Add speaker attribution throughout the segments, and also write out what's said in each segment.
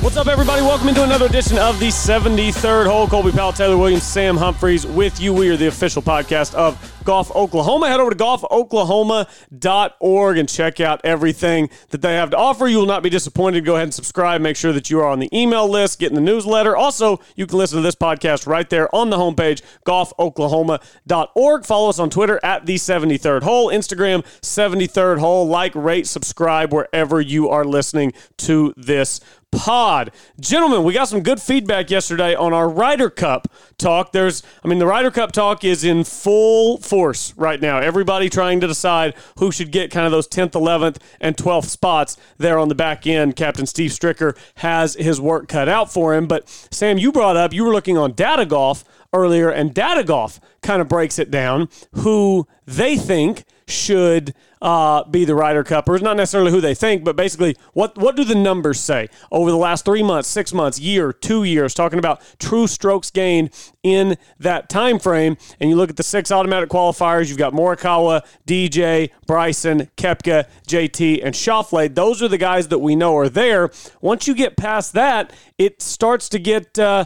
Speaker 1: What's up, everybody? Welcome into another edition of the 73rd Hole. Colby Powell, Taylor Williams, Sam Humphreys with you. We are the official podcast of Golf Oklahoma. Head over to golfoklahoma.org and check out everything that they have to offer. You will not be disappointed. Go ahead and subscribe. Make sure that you are on the email list, get in the newsletter. Also, you can listen to this podcast right there on the homepage, golfoklahoma.org. Follow us on Twitter at the 73rd Hole, Instagram 73rd Hole. Like, rate, subscribe wherever you are listening to this pod. Gentlemen, we got some good feedback yesterday on our Ryder Cup talk. There's, I mean, the Ryder Cup talk is in full force right now. Everybody trying to decide who should get kind of those 10th, 11th, and 12th spots there on the back end. Captain Steve Stricker has his work cut out for him. But Sam, you brought up, you were looking on Data Golf earlier, and Data Golf kind of breaks it down who they think should uh, be the Ryder Cuppers. Not necessarily who they think, but basically what what do the numbers say over the last three months, six months, year, two years? Talking about true strokes gained in that time frame, and you look at the six automatic qualifiers. You've got Morikawa, DJ, Bryson, Kepka, JT, and Schauffele. Those are the guys that we know are there. Once you get past that, it starts to get. Uh,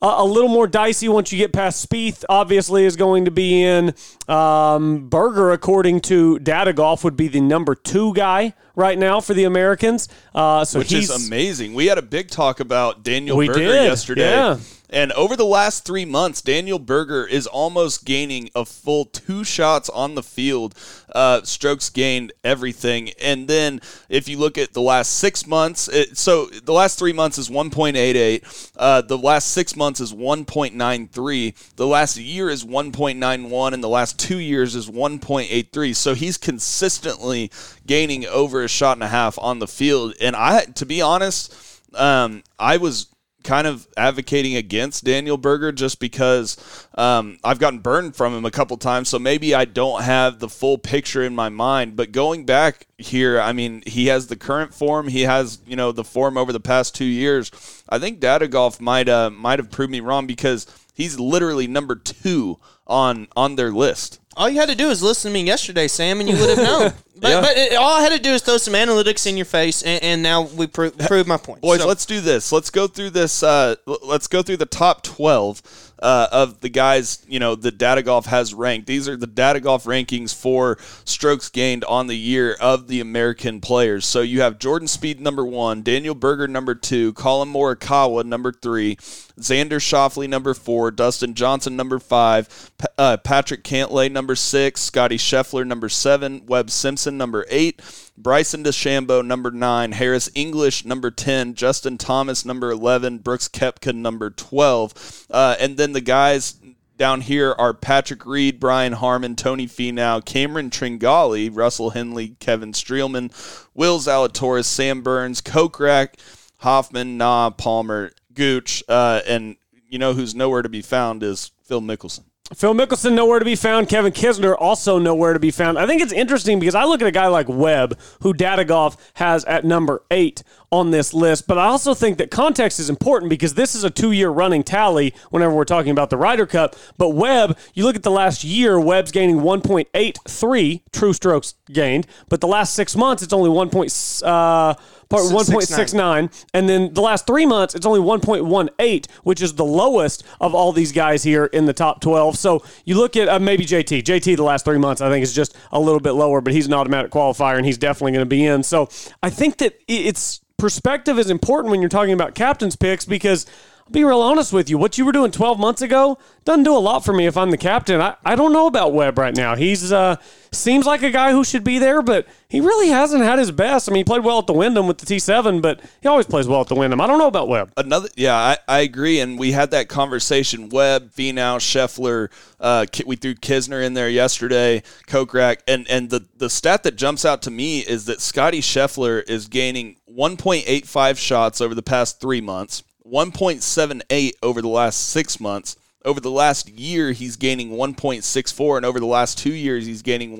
Speaker 1: a, a little more dicey once you get past Spieth. Obviously, is going to be in um, Berger, according to Data Golf, would be the number two guy right now for the Americans. Uh, so
Speaker 2: which
Speaker 1: he's
Speaker 2: is amazing. We had a big talk about Daniel
Speaker 1: We
Speaker 2: Berger
Speaker 1: did,
Speaker 2: yesterday.
Speaker 1: yeah.
Speaker 2: And over the last three months, Daniel Berger is almost gaining a full two shots on the field. Uh, strokes gained everything. And then if you look at the last six months, it, so the last three months is 1.88. Uh, the last six months is 1.93. The last year is 1.91. And the last two years is 1.83. So he's consistently gaining over a shot and a half on the field. And I, to be honest, um, I was kind of advocating against Daniel Berger just because um, I've gotten burned from him a couple times. So maybe I don't have the full picture in my mind. But going back here, I mean, he has the current form. He has you know the form over the past two years. I think Data Golf might uh, might have proved me wrong because he's literally number two on on their list.
Speaker 3: All you had to do is listen to me yesterday, Sam, and you would have known. But, but it, all I had to do is throw some analytics in your face, and, and now we pro- prove my point.
Speaker 2: Boys,
Speaker 3: So-
Speaker 2: let's do this. Let's go through this. Uh, l- let's go through the top twelve uh, of the guys. You know, the Data Golf has ranked. These are the Data Golf rankings for strokes gained on the year of the American players. So you have Jordan Speed number one, Daniel Berger number two, Colin Morikawa number three, Xander Shoffley number four, Dustin Johnson number five, Pa- uh, Patrick Cantlay number six, Scotty Scheffler number seven, Webb Simpson number eight, Bryson DeChambeau number nine, Harris English number ten, Justin Thomas number eleven, Brooks Kepka number twelve, uh, and then the guys. Down here are Patrick Reed, Brian Harmon, Tony Finau, Cameron Tringali, Russell Henley, Kevin Streelman, Will Zalatoris, Sam Burns, Kokrak, Hoffman, Nah, Palmer, Gooch, uh, and you know who's nowhere to be found is Phil Mickelson.
Speaker 1: Phil Mickelson nowhere to be found. Kevin Kisner also nowhere to be found. I think it's interesting because I look at a guy like Webb, who Datagoff has at number eight on this list, but I also think that context is important because this is a two-year running tally whenever we're talking about the Ryder Cup. But Webb, you look at the last year, Webb's gaining 1.83 true strokes gained, but the last six months it's only 1. point, Uh, part 1.69 and then the last three months it's only 1.18 which is the lowest of all these guys here in the top 12 so you look at uh, maybe jt jt the last three months i think is just a little bit lower but he's an automatic qualifier and he's definitely going to be in so i think that i- it's perspective is important when you're talking about captain's picks because I'll be real honest with you. What you were doing 12 months ago doesn't do a lot for me if I'm the captain. I, I don't know about Webb right now. He's uh, seems like a guy who should be there, but he really hasn't had his best. I mean, he played well at the Wyndham with the T7, but he always plays well at the Wyndham. I don't know about Webb.
Speaker 2: Another, yeah, I, I agree. And we had that conversation. Webb, Finau, Scheffler, uh, Ki- we threw Kisner in there yesterday, Kokrak, and and the the stat that jumps out to me is that Scotty Scheffler is gaining 1.85 shots over the past three months, 1.78 over the last six months, Over the last year, he's gaining 1.64, and over the last two years, he's gaining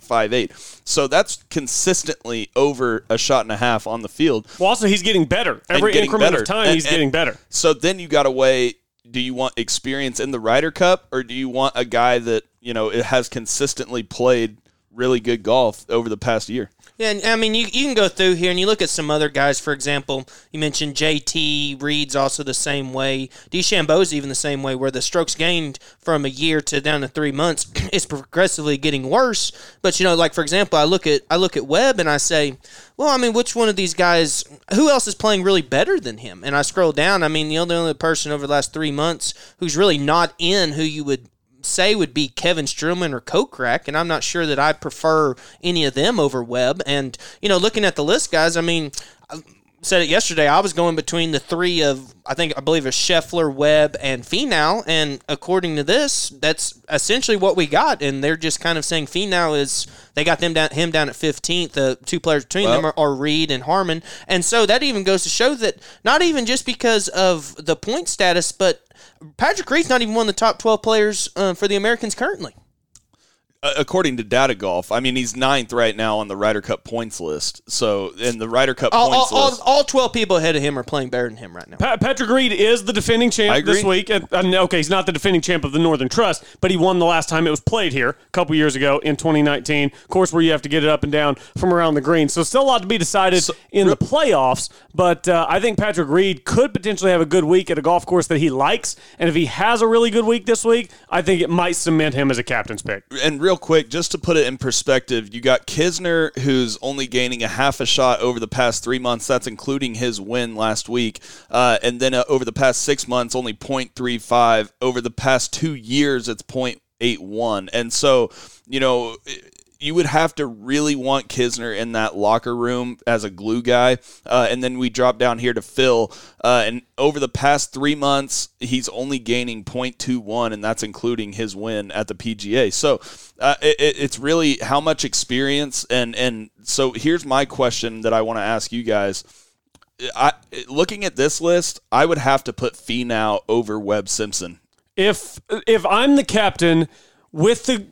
Speaker 2: 1.58. So that's consistently over a shot and a half on the field.
Speaker 1: Well, also he's getting better
Speaker 2: and
Speaker 1: every
Speaker 2: getting
Speaker 1: increment
Speaker 2: better.
Speaker 1: of time.
Speaker 2: And-
Speaker 1: he's
Speaker 2: and-
Speaker 1: getting better.
Speaker 2: So then you got to weigh: do you want experience in the Ryder Cup, or do you want a guy that you know it has consistently played really good golf over the past year?
Speaker 3: Yeah, and I mean, you, you can go through here and you look at some other guys. For example, you mentioned JT Reed's also the same way. DeChambeau's even the same way, where the strokes gained from a year to down to three months is progressively getting worse. But you know, like for example, I look at I look at Webb and I say, well, I mean, which one of these guys? Who else is playing really better than him? And I scroll down. I mean, the only other person over the last three months who's really not in who you would say would be Kevin Struman or Kokrak, and I'm not sure that I prefer any of them over Webb. And you know, looking at the list, guys, I mean, I said it yesterday. I was going between the three of I think I believe it's Scheffler, Webb, and Finau, and according to this, that's essentially what we got. And they're just kind of saying Finau is they got them down him down at 15th. The two players between them are, are Reed and Harmon, and so that even goes to show that not even just because of the point status, but Patrick Reed's not even one of the top 12 players uh, for the Americans currently.
Speaker 2: Uh, According to Data Golf, I mean he's ninth right now on the Ryder Cup points list. So in the Ryder Cup
Speaker 3: All, all,
Speaker 2: points
Speaker 3: all,
Speaker 2: list,
Speaker 3: all 12 people ahead of him are playing better than him right now.
Speaker 1: Pa- Patrick Reed is the defending
Speaker 2: I
Speaker 1: champ
Speaker 2: agree.
Speaker 1: this week. And- and, okay, he's not the defending champ of the Northern Trust, but he won the last time it was played here a couple years ago in 2019. Course where you have to get it up and down from around the green. So still a lot to be decided in the playoffs. But uh, I think Patrick Reed could potentially have a good week at a golf course that he likes. And if he has a really good week this week, I think it might cement him as a captain's pick.
Speaker 2: and real quick, just to put it in perspective, you got Kisner, who's only gaining a half a shot over the past three months. That's including his win last week. Uh, and then uh, over the past six months, only 0.35. Over the past two years, it's 0.81. And so, you know. You would have to really want Kisner in that locker room as a glue guy. Uh, and then we drop down here to Phil. Uh, and over the past three months, he's only gaining 0.21, and that's including his win at the PGA. So uh, it, it- it's really how much experience. And, and so here's my question that I want to ask you guys. I, looking at this list, I would have to put Finau over Webb Simpson.
Speaker 1: if if I'm the captain with the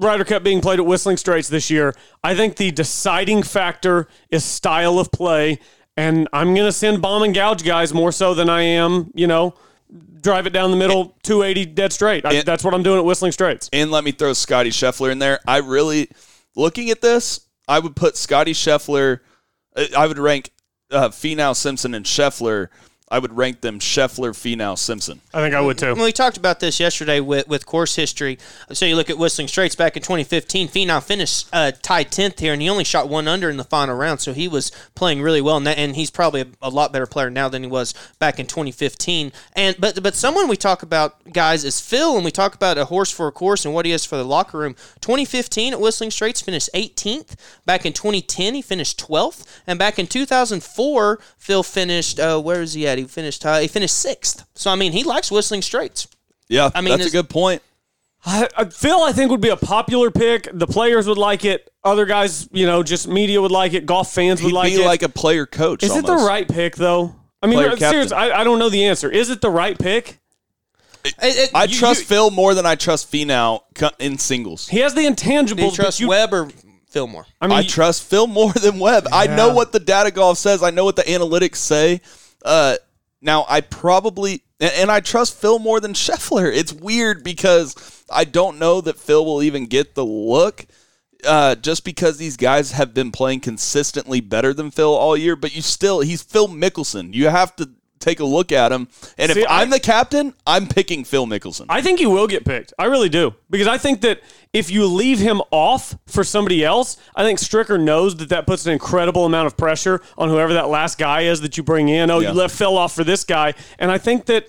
Speaker 1: Ryder Cup being played at Whistling Straits this year, I think the deciding factor is style of play, and I'm gonna send bomb and gouge guys more so than I am, you know, drive it down the middle, 280 dead straight. I,
Speaker 2: It-
Speaker 1: that's what I'm doing at Whistling Straits.
Speaker 2: And let me throw Scotty Scheffler in there. I really, looking at this, I would put Scotty Scheffler. I- I would rank uh, Finau, Simpson, and Scheffler. I would rank them Scheffler, Finau, Simpson.
Speaker 1: I think I would too.
Speaker 3: Well, we talked about this yesterday with, with course history. So you look at Whistling Straits back in 2015. Finau finished uh, tied 10th here, and he only shot one under in the final round. So he was playing really well, and, that, and he's probably a, a lot better player now than he was back in 2015. And but but someone we talk about guys is Phil, and we talk about a horse for a course and what he is for the locker room. 2015 at Whistling Straits finished 18th. Back in 2010 he finished 12th, and back in 2004 Phil finished. Uh, where is he at? He finished. Uh, he finished sixth. So I mean he likes Whistling Straits.
Speaker 2: Yeah,
Speaker 3: I mean,
Speaker 2: that's a
Speaker 3: is-
Speaker 2: good point.
Speaker 1: I, I, Phil, I think, would be a popular pick. The players would like it. Other guys, you know, just media would like it. Golf fans would
Speaker 2: He'd
Speaker 1: like
Speaker 2: be
Speaker 1: it.
Speaker 2: like a player coach.
Speaker 1: Is it the
Speaker 2: almost.
Speaker 1: right pick, though? I mean,
Speaker 2: Player
Speaker 1: seriously,
Speaker 2: captain.
Speaker 1: I, I don't know the answer. Is it the right pick?
Speaker 3: It- it-
Speaker 2: I
Speaker 3: you-
Speaker 2: trust
Speaker 3: you-
Speaker 2: Phil more than I trust Finau co- in singles.
Speaker 1: He has the
Speaker 3: Do you
Speaker 1: intangibles.
Speaker 3: trust
Speaker 1: but you,
Speaker 3: Webb or Fillmore?
Speaker 1: I mean,
Speaker 2: I trust Phil more than Webb. I know what the data golf says. I know what the analytics say. Uh, now I probably and, and I trust Phil more than Scheffler. It's weird because I don't know that Phil will even get the look. Uh, just because these guys have been playing consistently better than Phil all year, but you still he's Phil Mickelson. You have to take a look at him. And
Speaker 1: See,
Speaker 2: if
Speaker 1: I-
Speaker 2: I'm the captain, I'm picking Phil Mickelson.
Speaker 1: I think he will get picked. I really do because I think that if you leave him off for somebody else, I think Stricker knows that that puts an incredible amount of pressure on whoever that last guy is that you bring in. Oh,
Speaker 2: Yeah.
Speaker 1: you left Phil off for this guy, and I think that.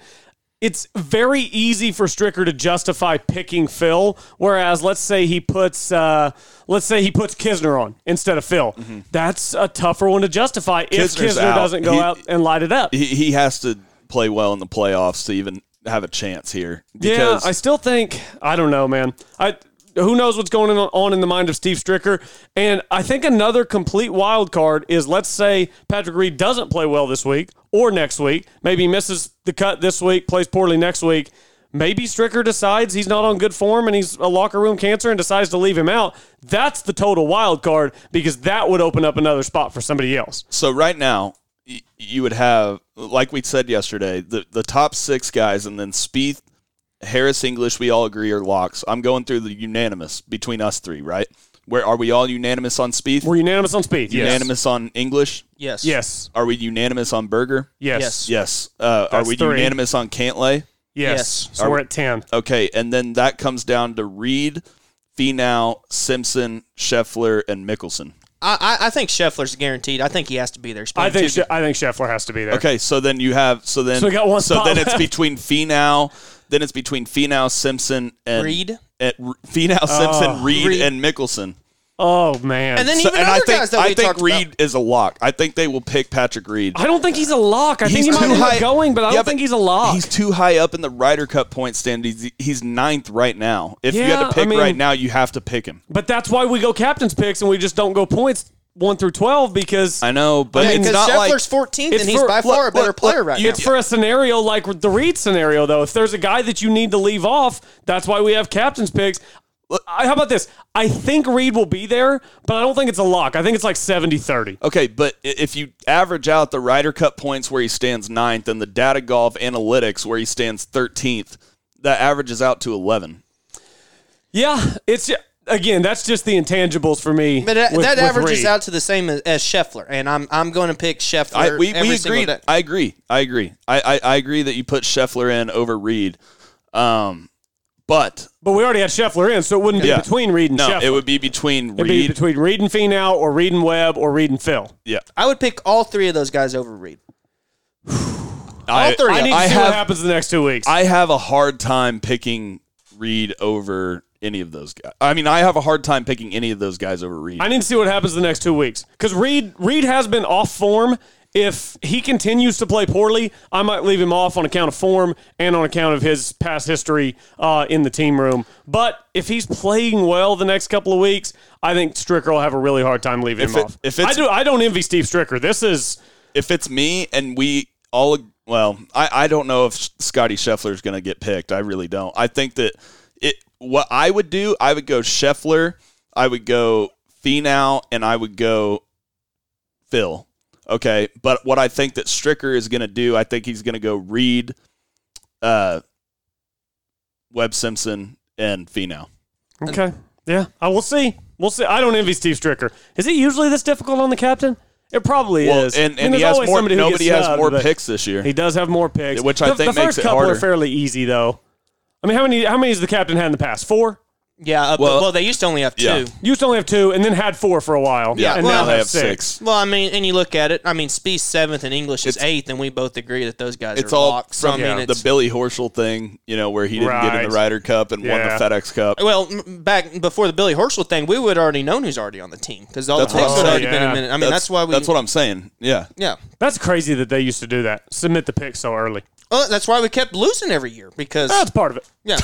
Speaker 1: It's very easy for Stricker to justify picking Phil, whereas let's say he puts uh, let's say he puts Kisner on instead of Phil. That's a tougher one to justify if
Speaker 2: Mm-hmm. Kisner's
Speaker 1: Kisner
Speaker 2: out.
Speaker 1: doesn't go
Speaker 2: He-
Speaker 1: out and light it up.
Speaker 2: he, he has to play well in the playoffs to even have a chance here. Because
Speaker 1: yeah, I still think I don't know, man. I who knows what's going on- on in the mind of Steve Stricker, and I think another complete wild card is let's say Patrick Reed doesn't play well this week or next week, maybe he misses the cut this week, plays poorly next week. Maybe Stricker decides he's not on good form and he's a locker room cancer and decides to leave him out. That's the total wild card because that would open up another spot for somebody else.
Speaker 2: So right now, y- you would have, like we said yesterday, the, the top six guys, and then Spieth, Harris, English. We all agree are locks. I'm going through the unanimous between us three, right? Where are we all unanimous on Spieth?
Speaker 1: We're unanimous on speed. Yes.
Speaker 2: unanimous on English.
Speaker 3: Yes.
Speaker 1: Yes.
Speaker 2: Are we unanimous on Berger?
Speaker 1: Yes. Yes.
Speaker 3: Yes.
Speaker 2: Yes. Uh, are
Speaker 1: That's
Speaker 2: we
Speaker 1: three.
Speaker 2: unanimous on Cantlay?
Speaker 3: Yes.
Speaker 1: So we're at 10.
Speaker 2: Okay, and then that comes down to Reed, Finau, Simpson, Scheffler, and Mickelson.
Speaker 3: I, I, I think Scheffler's guaranteed. I think he has to be there. He's
Speaker 1: I
Speaker 3: playing
Speaker 1: think
Speaker 3: two-
Speaker 1: Sch- I think Scheffler has to be there.
Speaker 2: Okay, so then you have so then
Speaker 1: So we got one
Speaker 2: so
Speaker 1: spot
Speaker 2: then it's
Speaker 1: left.
Speaker 2: between Finau, then it's between Finau, Simpson, and
Speaker 3: Reed?
Speaker 2: and R- Finau, Simpson, Reed,
Speaker 3: Reed.
Speaker 2: and Mickelson.
Speaker 1: Oh man.
Speaker 3: And then
Speaker 2: So-
Speaker 3: even
Speaker 2: and
Speaker 3: other
Speaker 2: I think
Speaker 3: guys that
Speaker 2: I
Speaker 3: we
Speaker 2: think
Speaker 3: talked
Speaker 2: Reed
Speaker 3: about.
Speaker 2: is a lock. I think they will pick Patrick Reed.
Speaker 1: I don't think he's a lock. I think he might
Speaker 2: too
Speaker 1: end up
Speaker 2: high-
Speaker 1: going, but I
Speaker 2: Yeah,
Speaker 1: don't think he's a lock.
Speaker 2: He's too high up in the Ryder Cup point standings. He's, he's ninth right now. If you had
Speaker 1: Yeah, I
Speaker 2: to pick
Speaker 1: mean-
Speaker 2: right now, you have to pick him.
Speaker 1: but that's why we go captain's picks and we just don't go points 1 through 12 because
Speaker 2: I know, but
Speaker 3: Yeah,
Speaker 2: it's
Speaker 3: because
Speaker 2: not like
Speaker 3: Scheffler's 14th,
Speaker 1: It's
Speaker 3: and he's
Speaker 1: for-
Speaker 3: by
Speaker 1: look,
Speaker 3: far a better
Speaker 2: look,
Speaker 3: player
Speaker 2: look,
Speaker 3: right
Speaker 2: you-
Speaker 3: now.
Speaker 1: It's for a scenario like the Reed scenario, though. If there's a guy that you need to leave off, that's why we have captain's picks. I, how about this? I think Reed will be there, but I don't think it's a lock. I think it's like 70 30.
Speaker 2: Okay, but i- if you average out the Ryder Cup points where he stands ninth and the data golf analytics where he stands 13th, that averages out to 11.
Speaker 1: Yeah, it's again, that's just the intangibles for me.
Speaker 3: But that,
Speaker 1: with-
Speaker 3: that
Speaker 1: with
Speaker 3: averages
Speaker 1: Reed.
Speaker 3: out to the same as, as Scheffler, and I'm I'm going to pick Scheffler.
Speaker 2: I, we
Speaker 3: every
Speaker 2: we
Speaker 3: single
Speaker 2: agreed.
Speaker 3: day.
Speaker 2: I agree. I agree. I, I, I agree that you put Scheffler in over Reed. Um, but
Speaker 1: But we already had Scheffler in, so it wouldn't be
Speaker 2: yeah.
Speaker 1: between Reed and
Speaker 2: no,
Speaker 1: Scheffler.
Speaker 2: it would be between
Speaker 1: It'd
Speaker 2: Reed.
Speaker 1: be between Reed and Finau or Reed and Webb or Reed and Phil.
Speaker 2: yeah.
Speaker 3: I would pick all three of those guys over Reed.
Speaker 2: I,
Speaker 3: three.
Speaker 1: I need to
Speaker 2: I
Speaker 1: see what
Speaker 2: have,
Speaker 1: happens the next two weeks.
Speaker 2: I have a hard time picking Reed over any of those guys. I mean, I have a hard time picking any of those guys over Reed.
Speaker 1: I need to see what happens the next two weeks because Reed Reed has been off form. If he continues to play poorly, I might leave him off on account of form and on account of his past history uh, in the team room. But if he's playing well the next couple of weeks, I think Stricker will have a really hard time leaving
Speaker 2: If
Speaker 1: him
Speaker 2: it-
Speaker 1: off.
Speaker 2: if it's-
Speaker 1: I do, I don't envy Steve Stricker. This is
Speaker 2: if it's me and we all well i, I don't know if scotty scheffler is going to get picked i really don't i think that it what i would do i would go scheffler i would go Finau, and i would go phil okay but what i think that stricker is going to do i think he's going to go reed uh webb simpson and Finau.
Speaker 1: okay. Yeah, I will see. We'll see. I don't envy Steve Stricker. Is it usually this difficult on the captain? It probably
Speaker 2: well
Speaker 1: is.
Speaker 2: and,
Speaker 1: I mean,
Speaker 2: and he
Speaker 1: there's
Speaker 2: has
Speaker 1: always
Speaker 2: more
Speaker 1: somebody who gets
Speaker 2: nobody has
Speaker 1: snubbed,
Speaker 2: more
Speaker 1: but-
Speaker 2: picks this year
Speaker 1: He does have more picks,
Speaker 2: Which I
Speaker 1: the,
Speaker 2: think
Speaker 1: the
Speaker 2: makes
Speaker 1: first
Speaker 2: it
Speaker 1: couple
Speaker 2: harder.
Speaker 1: are fairly easy, though. I mean, how many how many has the captain had in the past? Four.
Speaker 3: Yeah, uh, but-
Speaker 2: Well-
Speaker 3: well, they used to only have two.
Speaker 2: Yeah.
Speaker 1: You used to only have two, and then had four for a while.
Speaker 2: yeah
Speaker 1: and
Speaker 3: well-
Speaker 1: now
Speaker 2: they have
Speaker 1: six.
Speaker 2: six
Speaker 3: Well, I mean, and you look at it. I mean, Spieth seventh and English is eighth, and we both agree that those guys
Speaker 2: it's
Speaker 3: are
Speaker 2: all
Speaker 3: locks.
Speaker 2: from
Speaker 3: I mean,
Speaker 1: yeah,
Speaker 3: it's,
Speaker 2: the Billy Horschel thing, you know, where he didn't get in
Speaker 1: Right.
Speaker 2: the Ryder Cup and won
Speaker 1: Yeah.
Speaker 2: the FedEx Cup.
Speaker 3: well, m- back before the Billy Horschel thing, we would already known who's already on the team because all
Speaker 2: That's
Speaker 3: the
Speaker 2: what
Speaker 3: picks
Speaker 2: I'm
Speaker 3: would
Speaker 2: saying.
Speaker 3: already been
Speaker 1: Yeah.
Speaker 3: admitted. I mean, that's, why we.
Speaker 2: That's what I'm saying. Yeah.
Speaker 3: yeah,
Speaker 1: That's crazy that they used to do that. Submit the pick so early.
Speaker 3: well, that's why we kept losing every year because
Speaker 2: Ah.
Speaker 1: That's part of it.
Speaker 3: yeah,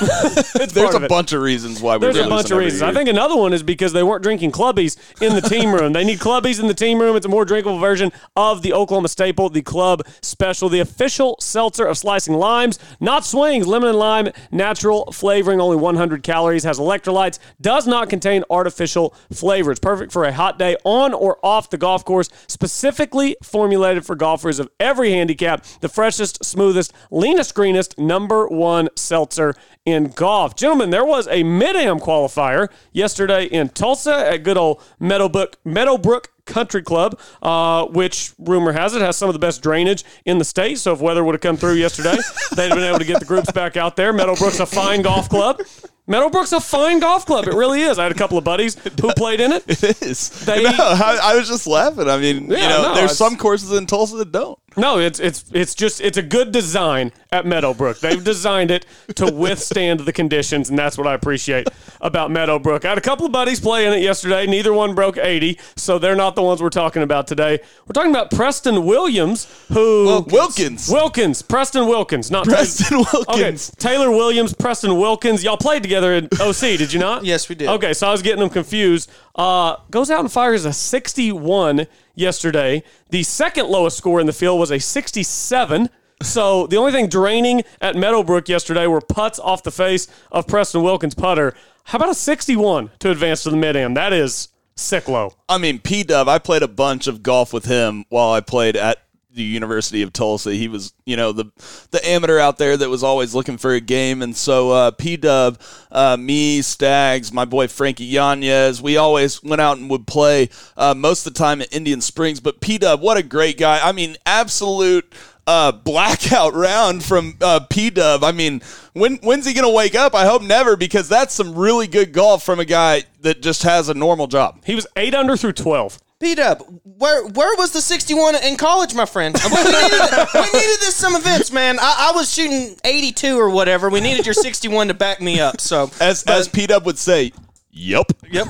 Speaker 2: There's
Speaker 1: It's part
Speaker 2: a
Speaker 1: of it.
Speaker 2: bunch of reasons why we
Speaker 1: There's
Speaker 2: were
Speaker 1: a bunch
Speaker 2: losing
Speaker 1: of
Speaker 2: every
Speaker 1: reasons.
Speaker 2: year.
Speaker 1: I think another one is because they weren't drinking clubbies in the team room. They need clubbies in the team room. It's a more drinkable version of the Oklahoma staple, the club special, the official seltzer of slicing limes, not swings, lemon and lime, natural flavoring, only 100 calories, has electrolytes, does not contain artificial flavor. It's perfect for a hot day on or off the golf course, specifically formulated for golfers of every handicap, the freshest, smoothest, leanest, greenest, number one seltzer in golf. Gentlemen, there was a mid-am qualifier yesterday in Tulsa at good old Meadowbrook, Meadowbrook Country Club, uh, which rumor has it has some of the best drainage in the state. So if weather would have come through yesterday, they'd have been able to get the groups back out there. Meadowbrook's a fine golf club. Meadowbrook's a fine golf club. It really is. I had a couple of buddies who played in it.
Speaker 2: it is.
Speaker 1: They-
Speaker 2: no, I, I was just laughing. I mean, you
Speaker 1: Yeah,
Speaker 2: know,
Speaker 1: no,
Speaker 2: there's
Speaker 1: it's-
Speaker 2: some courses in Tulsa that don't.
Speaker 1: No, it's it's it's just it's a good design at Meadowbrook. They've designed it to withstand the conditions, and that's what I appreciate about Meadowbrook. I had a couple of buddies playing it yesterday. Neither one broke eighty, so they're not the ones we're talking about today. We're talking about Preston Williams, who
Speaker 2: Wilkins.
Speaker 1: Wilkins, Preston Wilkins, not
Speaker 2: Preston Wilkins.
Speaker 1: Okay, Taylor Williams, Preston Wilkins. Y'all played together in OC, did you not?
Speaker 3: Yes, we did.
Speaker 1: Okay, so I was getting them confused. Uh, goes out and fires a 61 yesterday. The second lowest score in the field was a 67. So the only thing draining at Meadowbrook yesterday were putts off the face of Preston Wilkins' putter. How about a 61 to advance to the mid am? That is sick low.
Speaker 2: I mean, P Dub, I played a bunch of golf with him while I played at the University of Tulsa. He was, you know, the the amateur out there that was always looking for a game. And so uh, P Dub, uh, me, Stags, my boy Frankie Yanez, we always went out and would play uh, most of the time at Indian Springs. But P Dub, what a great guy. I mean, absolute uh, blackout round from uh, P Dub. I mean, when when's he gonna wake up? I hope never, because that's some really good golf from a guy that just has a normal job.
Speaker 1: He was eight under through 12.
Speaker 3: Beat up. Where where was the 61 in college, my friend? We needed, we needed this some events, man. I, I was shooting 82 or whatever. We needed your 61 to back me up. So
Speaker 2: As as P Dub would say, "Yep."
Speaker 3: Yep.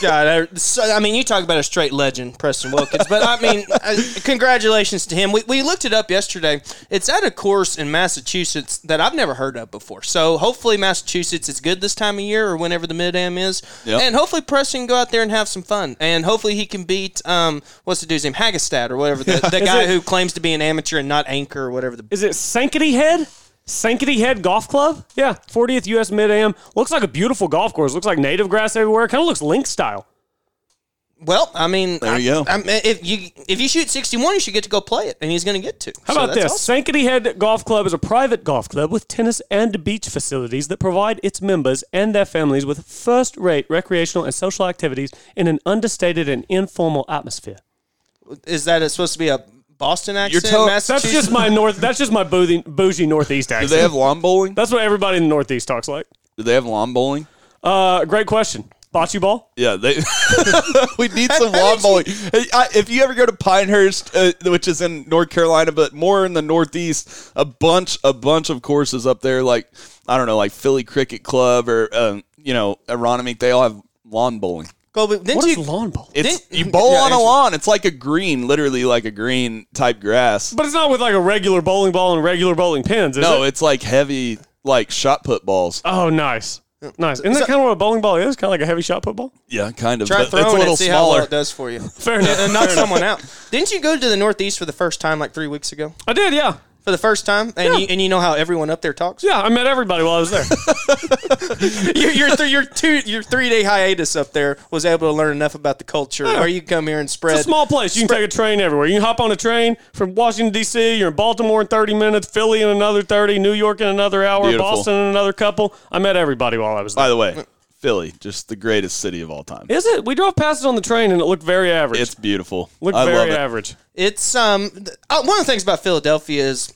Speaker 3: God, I, so, I mean, you talk about a straight legend, Preston Wilkins. But I mean, uh, congratulations to him. We, we looked it up yesterday. It's at a course in Massachusetts that I've never heard of before. So hopefully Massachusetts is good this time of year or whenever the mid am is,
Speaker 2: Yep.
Speaker 3: and hopefully Preston can go out there and have some fun. And hopefully he can beat um what's the dude's name Hagestad or whatever the, the guy
Speaker 1: it-
Speaker 3: who claims to be an amateur and not anchor or whatever the
Speaker 1: Is it Sankety Head? Sankety Head Golf Club? Yeah, 40th U.S. Mid Am. Looks like a beautiful golf course. Looks like native grass everywhere. Kind of looks link style.
Speaker 3: Well, I mean,
Speaker 2: There you
Speaker 3: I-
Speaker 2: go.
Speaker 3: I mean, if you if you shoot 61, you should get to go play it, and he's going to get to.
Speaker 1: How about this? Sankety Head Golf Club is a private golf club with tennis and beach facilities that provide its members and their families with first rate recreational and social activities in an understated and informal atmosphere.
Speaker 3: Is that it's supposed to be a Boston accent?
Speaker 2: tell- that's
Speaker 1: That's
Speaker 3: Massachusetts?
Speaker 1: just my north that's just my bougie, bougie northeast
Speaker 2: Do
Speaker 1: accent.
Speaker 2: they have lawn bowling?
Speaker 1: that's what everybody in the northeast talks like.
Speaker 2: Do they have lawn bowling?
Speaker 1: Uh, great question. Bocce ball?
Speaker 2: Yeah, they. we need some lawn bowling. Hey, I- If you ever go to Pinehurst, uh, which is in North Carolina, but more in the Northeast, a bunch, a bunch of courses up there, like I don't know, like Philly Cricket Club or um, you know, aeronomy. They all have lawn bowling.
Speaker 3: Colby, didn't
Speaker 1: What is
Speaker 3: you-
Speaker 1: lawn ball?
Speaker 2: It's
Speaker 3: Didn't-
Speaker 2: you bowl
Speaker 3: Yeah,
Speaker 2: on a
Speaker 3: it's-
Speaker 2: lawn. It's like a green, literally like a green type grass.
Speaker 1: But it's not with like a regular bowling ball and regular bowling pins, is
Speaker 2: No,
Speaker 1: it?
Speaker 2: it's like heavy, like shot put balls.
Speaker 1: Oh, nice. Nice. Isn't that kind of what a bowling ball is? Kind of like a heavy shot put ball?
Speaker 2: Yeah, kind of.
Speaker 3: Try
Speaker 2: but
Speaker 3: throwing
Speaker 2: it's a little
Speaker 3: it, see how well
Speaker 2: smaller.
Speaker 3: it does for you,
Speaker 1: Fair enough.
Speaker 3: and knock someone out. Didn't you go to the Northeast for the first time like three weeks ago?
Speaker 1: I did, yeah.
Speaker 3: For the first time, and you, and you know how everyone up there talks.
Speaker 1: Yeah, I met everybody while I was there.
Speaker 3: your your, th- your two your three day hiatus up there was able to learn enough about the culture where you come here and spread.
Speaker 1: It's a small place. You can take a train everywhere. You can hop on a train from Washington D.C. You're in Baltimore in 30 minutes, Philly in another 30, New York in another hour,
Speaker 2: Beautiful.
Speaker 1: Boston in another couple. I met everybody while I was there.
Speaker 2: By the way, Philly, just the greatest city of all time.
Speaker 1: Is it? We drove past it on the train and it looked very average.
Speaker 2: It's beautiful.
Speaker 1: looked
Speaker 2: I
Speaker 1: very
Speaker 2: love it.
Speaker 1: average.
Speaker 3: It's um th- uh, one of the things about Philadelphia is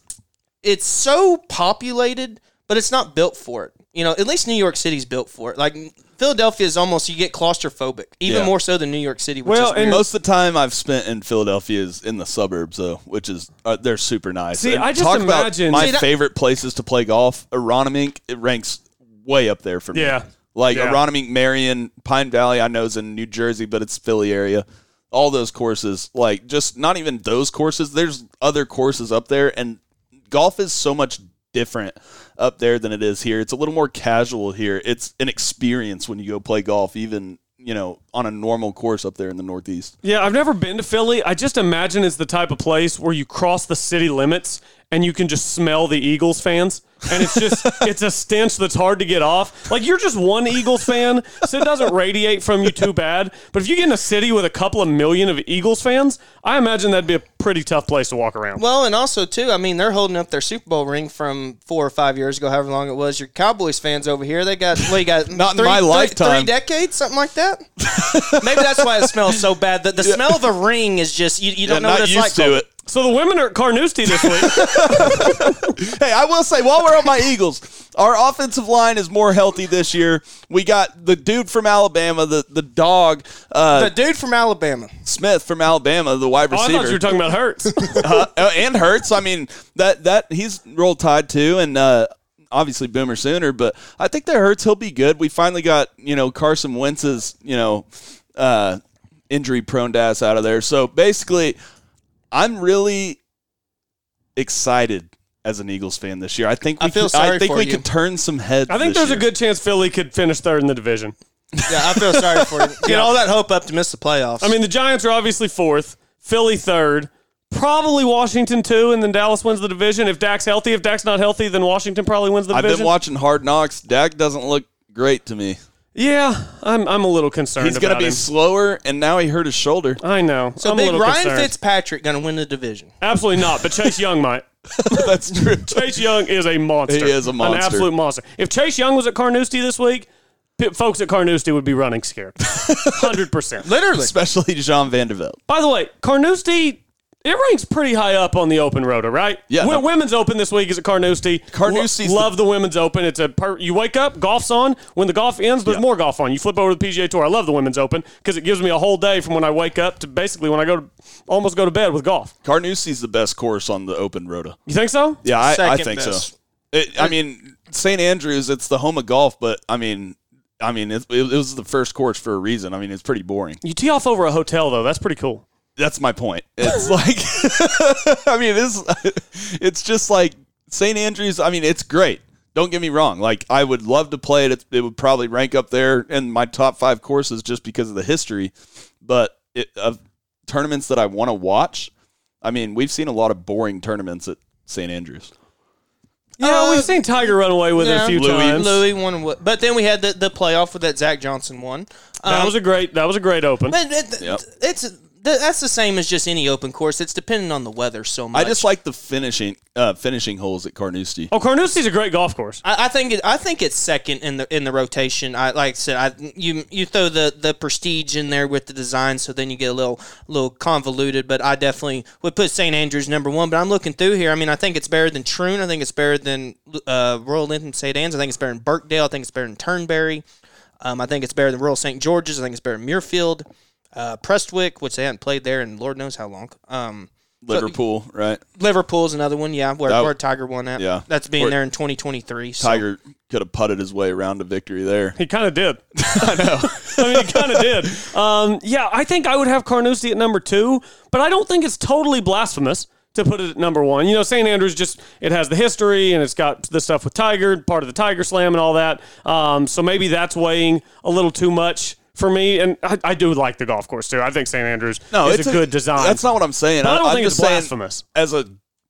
Speaker 3: it's so populated, but it's not built for it. You know, at least New York City's built for it. Like Philadelphia is almost you get claustrophobic, even
Speaker 2: Yeah.
Speaker 3: more so than New York City. Which
Speaker 1: Well,
Speaker 3: is weird.
Speaker 1: and-
Speaker 2: Most of the time I've spent in Philadelphia is in the suburbs, though, which is uh, they're super nice.
Speaker 1: See,
Speaker 2: And
Speaker 1: I just
Speaker 2: talk
Speaker 1: imagine-
Speaker 2: about my
Speaker 3: See, that-
Speaker 2: favorite places to play golf. Aeronomink it ranks way up there for me.
Speaker 1: Yeah.
Speaker 2: like
Speaker 1: Yeah.
Speaker 2: Aeronomink, Marion, Pine Valley. I know is in New Jersey, but it's Philly area. All those courses, like just not even those courses. There's other courses up there, and golf is so much different up there than it is here. It's a little more casual here. It's an experience when you go play golf, even you know on a normal course up there in the Northeast.
Speaker 1: Yeah, I've never been to Philly. I just imagine it's the type of place where you cross the city limits and you can just smell the Eagles fans. And it's just, it's a stench that's hard to get off. Like, you're just one Eagles fan, so it doesn't radiate from you too bad. But if you get in a city with a couple of million of Eagles fans, I imagine that'd be a pretty tough place to walk around.
Speaker 3: Well, and also too, I mean, they're holding up their Super Bowl ring from four or five years ago, however long it was. Your Cowboys fans over here, they got well, you got
Speaker 2: Not in
Speaker 3: three-
Speaker 2: my
Speaker 3: three-
Speaker 2: lifetime.
Speaker 3: three decades, something like that. Maybe that's why it smells so bad. The, the smell of a ring is just you, you don't know
Speaker 2: not
Speaker 3: what it's
Speaker 2: used
Speaker 3: like.
Speaker 2: to it.
Speaker 1: So the women are at Carnoustie this week. Oh,
Speaker 2: Hey, I will say while we're on my Eagles, our offensive line is more healthy this year. We got the dude from Alabama, the the dog uh,
Speaker 3: The dude from Alabama.
Speaker 2: Smith from Alabama, the wide
Speaker 1: Oh, I
Speaker 2: receiver,
Speaker 1: thought you were talking about Hurts.
Speaker 2: Uh, uh, and Hurts. I mean that that he's roll tide too, and uh, obviously Boomer Sooner. But I think that Hurts he'll be good. We finally got you know Carson Wentz's you know uh, injury prone ass out of there. So basically, I'm really excited as an Eagles fan this year. I think we
Speaker 3: I feel
Speaker 2: could, I
Speaker 3: sorry
Speaker 2: think
Speaker 3: for
Speaker 2: we
Speaker 3: you.
Speaker 2: could turn some heads.
Speaker 1: I think
Speaker 2: this
Speaker 1: there's a
Speaker 2: year.
Speaker 1: good chance Philly could finish third in the division.
Speaker 3: Yeah, I feel sorry for you. Get all that hope up to miss the playoffs.
Speaker 1: I mean, the Giants are obviously fourth, Philly third, Probably Washington too, and then Dallas wins the division. If Dak's healthy, if Dak's not healthy, then Washington probably wins the
Speaker 2: I've
Speaker 1: division.
Speaker 2: been watching Hard Knocks. Dak doesn't look great to me.
Speaker 1: yeah, I'm, I'm a little concerned.
Speaker 2: He's going to
Speaker 1: about
Speaker 2: be
Speaker 1: him.
Speaker 2: slower, and now he hurt his shoulder.
Speaker 1: I know.
Speaker 3: So
Speaker 1: I'm a
Speaker 3: big
Speaker 1: little
Speaker 3: Ryan
Speaker 1: concerned.
Speaker 3: Fitzpatrick going to win the division.
Speaker 1: Absolutely not. But Chase Young might.
Speaker 2: That's true.
Speaker 1: Chase Young is a monster.
Speaker 2: He is a monster.
Speaker 1: An absolute monster. If Chase Young was at Carnoustie this week, p- folks at Carnoustie would be running scared. 100%.
Speaker 3: Literally.
Speaker 2: Especially John Vanderbilt.
Speaker 1: By the way, Carnoustie, it ranks pretty high up on the open rotor, right?
Speaker 2: Yeah.
Speaker 1: Wo- women's open this week is at Carnoustie.
Speaker 2: Carnoustie's
Speaker 1: Lo- love the, women's open. It's a per- you wake up, golf's on. When the golf ends, there's more golf on. You flip over to the PGA Tour. I love the women's open because it gives me a whole day from when I wake up to basically when I go to almost go to bed with golf.
Speaker 2: Carnoustie's the best course on the open rota.
Speaker 1: You think so?
Speaker 2: Yeah, I, I
Speaker 3: Second
Speaker 2: think
Speaker 3: best.
Speaker 2: so. It, I mean, St. Andrews, it's the home of golf, but I mean, I mean, it, it was the first course for a reason. I mean, it's pretty boring.
Speaker 1: You tee off over a hotel though. That's pretty cool.
Speaker 2: That's my point. It's like, I mean, it is. It's just like St. Andrews. I mean, it's great. Don't get me wrong. Like, I would love to play it. It, it would probably rank up there in my top five courses just because of the history. But it, of tournaments that I want to watch, I mean, we've seen a lot of boring tournaments at St. Andrews.
Speaker 1: Yeah, Oh, we've seen Tiger run away with it a
Speaker 3: yeah.
Speaker 1: few
Speaker 2: Louis.
Speaker 1: times.
Speaker 3: Louis won. wa- But then we had the, the playoff with that Zach Johnson one. Um,
Speaker 1: That was a great. That was a great open.
Speaker 3: But it,
Speaker 2: Yep.
Speaker 3: it's th- that's the same as just any open course. It's dependent on the weather so much.
Speaker 2: I just like the finishing uh, finishing holes at Carnoustie.
Speaker 1: Oh, Carnoustie's a great golf course.
Speaker 3: I, I think it, I think it's second in the in the rotation. I like I said, I you you throw the, the prestige in there with the design, so then you get a little little convoluted. But I definitely would put St Andrews number one. But I'm looking through here. I mean, I think it's better than Troon. I think it's better than uh, Royal Linton St Anne's. I think it's better than Burkdale. I think it's better than Turnberry. Um, I think it's better than Royal St George's. I think it's better than Muirfield, uh, Prestwick, which they hadn't played there in Lord knows how long. Um,
Speaker 2: Liverpool, right?
Speaker 3: Liverpool's another one, yeah, where,
Speaker 2: That-
Speaker 3: where Tiger won at.
Speaker 2: yeah.
Speaker 3: that's being
Speaker 2: Where-
Speaker 3: there in 2023. So.
Speaker 2: Tiger could have putted his way around to victory there.
Speaker 1: He kind of did. I know. I mean, he kind of did. Um, yeah, I think I would have Carnoustie at number two, but I don't think it's totally blasphemous to put it at number one. You know, St. Andrews just it has the history and it's got the stuff with Tiger, part of the Tiger Slam and all that. Um, so maybe that's weighing a little too much for me. And I, I do like the golf course too. I think St. Andrews is a, good design.
Speaker 2: That's not what I'm saying.
Speaker 1: But I don't
Speaker 2: am
Speaker 1: think
Speaker 2: just
Speaker 1: it's
Speaker 2: saying
Speaker 1: blasphemous.
Speaker 2: As a